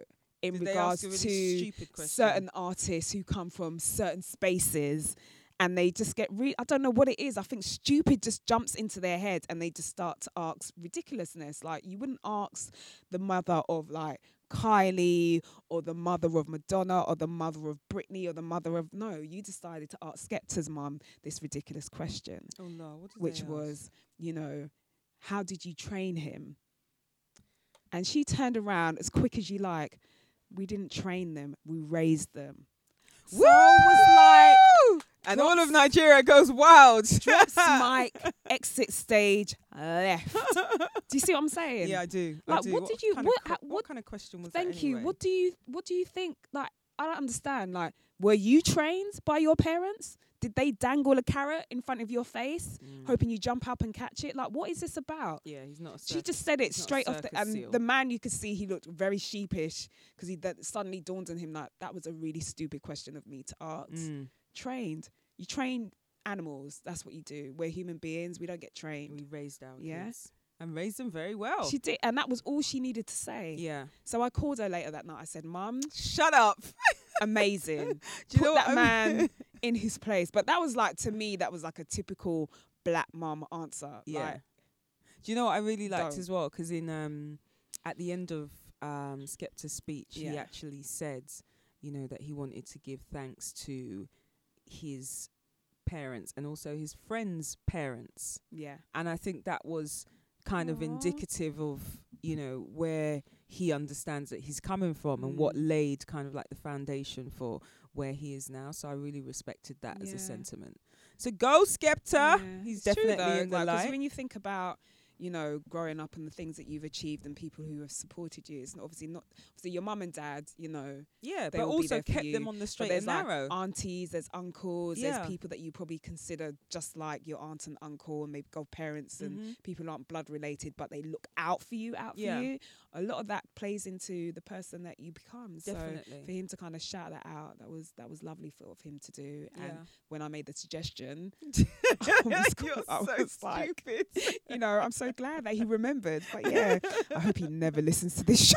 B: Mm.
A: in
B: Did
A: regards
B: they ask a
A: to
B: really stupid question?
A: certain artists who come from certain spaces and they just get re I don't know what it is. I think stupid just jumps into their head and they just start to ask ridiculousness. Like you wouldn't ask the mother of like Kylie or the mother of Madonna or the mother of Britney or the mother of no, you decided to ask Skepta's mum this ridiculous question,
B: Oh no! What did
A: which
B: they ask?
A: was, you know, how did you train him? And she turned around as quick as you like. We didn't train them, we raised them.
B: So I was like, and
A: Drops-
B: all of Nigeria goes wild.
A: Drops mic, exit stage, left. Do you see what I'm saying?
B: Yeah, I do. I
A: Like,
B: do.
A: what did you-
B: Kind
A: what-
B: of, que-
A: uh,
B: what,
A: what-
B: kind of question was that?
A: Thank you.
B: anyway?
A: What do you What do you think? Like, I don't understand. Like, were you trained by your parents? Did they dangle a carrot in front of your face,
B: Mm.
A: hoping you jump up and catch it? Like, what is this about?
B: Yeah, he's not. A
A: She just said it
B: It's not a
A: straight off the,
B: circus
A: and
B: seal.
A: the man you could see he looked very sheepish because he that suddenly dawned on him that that was a really stupid question of me to ask.
B: Mm.
A: Trained, you train animals. That's what you do. We're human beings. We don't get trained.
B: We raised our
A: Yeah.
B: kids and raised them very well.
A: She did, and that was all she needed to say.
B: yeah.
A: So I called her later that night. I said, "Mum,
B: Shut up.
A: amazing.
B: Do you
A: Put
B: know
A: that
B: what I mean?
A: man in his place." But that was like to me, that was like a typical black mum answer.
B: Yeah.
A: Like,
B: Do you know what I really liked
A: Don't.
B: as well? 'Cause in um, at the end of um, Skepta's speech, he
A: Yeah.
B: actually said, you know, that he wanted to give thanks to his parents and also his friends' parents,
A: yeah.
B: and I think that was kind of
A: Aw.
B: indicative of you know where he understands that he's coming from and what
A: Mm.
B: laid kind of like the foundation for where he is now. So I really respected that as
A: Yeah.
B: a sentiment. So go Skepta.
A: Yeah,
B: He's
A: it's true
B: definitely
A: though,
B: in the
A: like, 'cause
B: light.
A: when you think about you know growing up and the things that you've achieved and people who have supported you, it's not- obviously not obviously your mum and dad. You know,
B: Yeah,
A: they
B: but
A: will be
B: also
A: there for
B: kept
A: you,
B: them on the
A: but
B: straight
A: there's
B: and
A: like
B: narrow.
A: aunties, there's uncles,
B: Yeah.
A: there's people that you probably consider just like your aunt and uncle and maybe godparents and
B: Mhm.
A: people aren't blood related, but they look out for you, out for
B: Yeah.
A: you. A lot of that plays into the person that you become. So for
B: Definitely.
A: him to kind of shout that out, that was that was lovely for of him to do. And
B: Yeah.
A: when I made the suggestion, I was,
B: You're
A: I
B: so
A: was like,
B: stupid.
A: you know, I'm so glad that he remembered. But yeah, I hope he never listens to this show.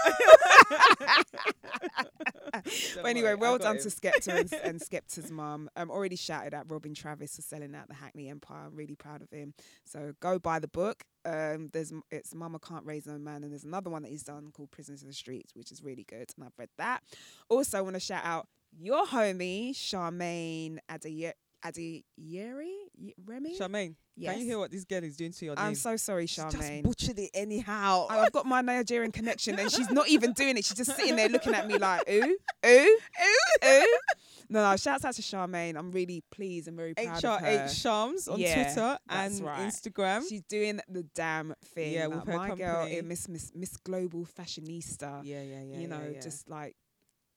A: but anyway, well done to Skepta and, and Skepta's mum. I'm already shouted at Robin Travis for selling out the Hackney Empire. I'm really proud of him. So go buy the book. Um, there's m- it's Mama Can't Raise No Man, and there's another one that he's done called Prisoners of the Streets, which is really good, and I've read that. Also, want to shout out your homie Charmaine Adiye- Adiyeri Ye- Remy.
B: Charmaine, can you hear what this girl is doing to your
A: I'm
B: name?
A: so sorry,
B: She just
A: Charmaine.
B: butchered it anyhow.
A: I- Oh, I've got my Nigerian connection, and she's not even doing it. She's just sitting there looking at me like, ooh, ooh, ooh. No, no, shouts out to Charmaine. I'm really pleased and very proud of her.
B: HRH Shams on
A: Yeah,
B: Twitter
A: that's
B: and
A: right.
B: Instagram.
A: She's doing the damn thing.
B: Yeah,
A: like,
B: with her
A: my girl,
B: company.
A: in Miss Miss Miss Global Fashionista.
B: yeah, yeah, yeah.
A: you
B: yeah,
A: know,
B: yeah.
A: just like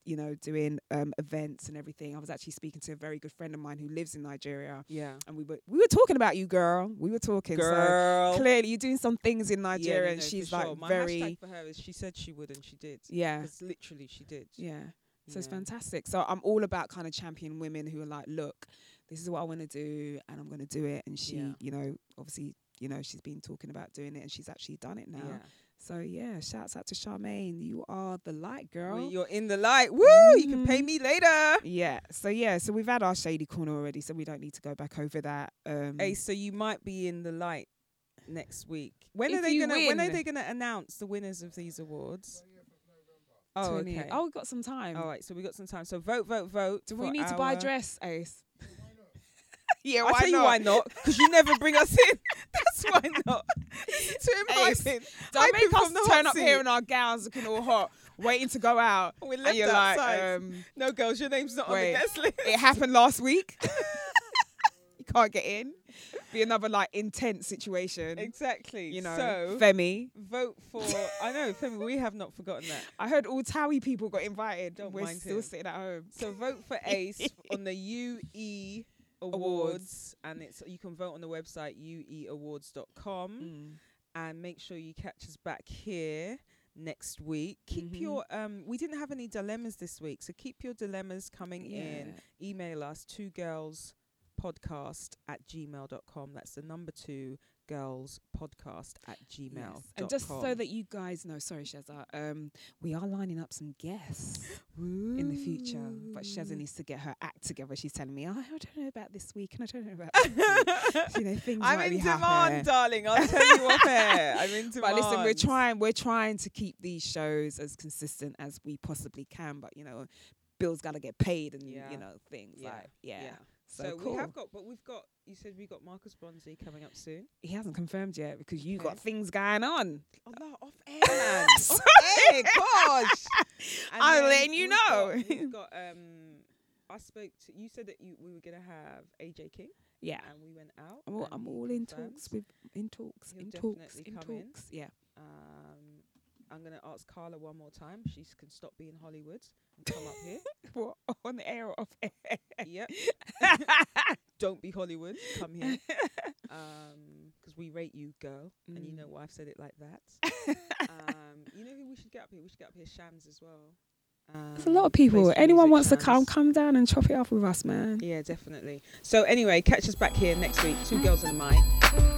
A: you know, doing um, events and everything. I was actually speaking to a very good friend of mine who lives in Nigeria,
B: yeah.
A: and we were we were talking about you, girl. We were talking.
B: Girl.
A: So clearly, you're doing some things in
B: Yeah, no,
A: Nigeria,
B: no,
A: and
B: for
A: she's
B: sure.
A: like
B: My
A: very
B: hashtag for her is she said she would and she did.
A: yeah
B: 'Cause literally she did.
A: yeah. So it's
B: Yeah.
A: fantastic. So I'm all about kind of champion women who are like, look, this is what I want to do and I'm going to do it. And she,
B: Yeah.
A: you know, obviously, you know, she's been talking about doing it and she's actually done it now.
B: Yeah.
A: So yeah, shouts out to Charmaine. You are the light girl.
B: Well, Mm-hmm. you're in the light. Woo! You can pay
A: Mhm.
B: me later.
A: yeah. So yeah, so we've had our shady corner already, so we don't need to go back over that. Um
B: Hey, so you might be in the light next week. When
A: If
B: are they
A: you
B: gonna when are
A: win.
B: they gonna announce the winners of these awards? Oh,
A: 20
B: okay.
A: Oh, we've got some time.
B: All right, so we got some time. So vote, vote, vote.
A: do we
B: for
A: need to buy a
B: our-
A: dress, Ace? yeah,
B: I'll tell you why not. Because you never bring us in. That's why not. Listen to him
A: Ace,
B: hyping.
A: Don't
B: Hyping
A: make us
B: from the hot
A: turn up here
B: seat.
A: in our gowns looking all hot, waiting to go out.
B: We're left
A: And you're like,
B: outside.
A: um,
B: no, girls, your name's not
A: wait.
B: on the guest list.
A: it happened last week. you can't get in. Be another like intense situation.
B: Exactly.
A: You know,
B: So
A: Femi.
B: vote for. I know, Femi. We have not forgotten that.
A: I heard all Towie people got invited.
B: Don't
A: We're
B: mind
A: still
B: him.
A: sitting at home.
B: So vote for Ace on the UE Awards, and it's you can vote on the website E ueawards.com. and make sure you catch us back here next week. Keep
A: Mhm.
B: your um we didn't have any dilemmas this week, so keep your dilemmas coming in.
A: Yeah.
B: Email us two girls podcast at gmail dot com. That's the number two girls podcast at gmail.
A: Yes. And just so that you guys know, sorry Shazza, um, we are lining up some guests in the future. But Shazza
B: Mm.
A: needs to get her act together. She's telling me, oh, I don't know about this week and I don't know about that week." you know, things
B: I'm
A: might
B: in
A: be
B: demand,
A: happening.
B: darling. I'll tell you off air. I'm in demand.
A: But listen, we're trying we're trying to keep these shows as consistent as we possibly can. But you know, bills gotta get paid and
B: Yeah.
A: you know things
B: Yeah.
A: like yeah.
B: Yeah.
A: So,
B: so
A: cool.
B: we have got, but we've got. You said we got Marcus Bronzy coming up soon.
A: he hasn't confirmed yet because you
B: Okay.
A: got things going on.
B: Oh no, off air, man. off
A: Sorry.
B: air, gosh. And
A: I'm
B: then
A: letting you
B: we've got-
A: know.
B: we've got um, I spoke to you said that you we were gonna have AJ King
A: Yeah.
B: and we went out.
A: I'm all,
B: and
A: I'm
B: he
A: all in
B: confirmed.
A: talks with in talks
B: He'll
A: in talks
B: definitely
A: in
B: come in.
A: talks. Yeah.
B: Um, I'm gonna ask Carla one more time. She s- can stop being Hollywood and come up here.
A: What on the air or off air?
B: Yep. Don't be Hollywood. Come here. Um 'cause we rate you, girl. And you
A: Mm.
B: know why I've said it like that. um, you know who we should get up here? We should get up here Shams as well. Um,
A: There's a lot of
B: plays
A: people.
B: for
A: Anyone
B: music,
A: wants to come,
B: Shams.
A: come down and chop it up with us, man.
B: Yeah, definitely. So anyway, catch us back here next week. Two girls and a mic.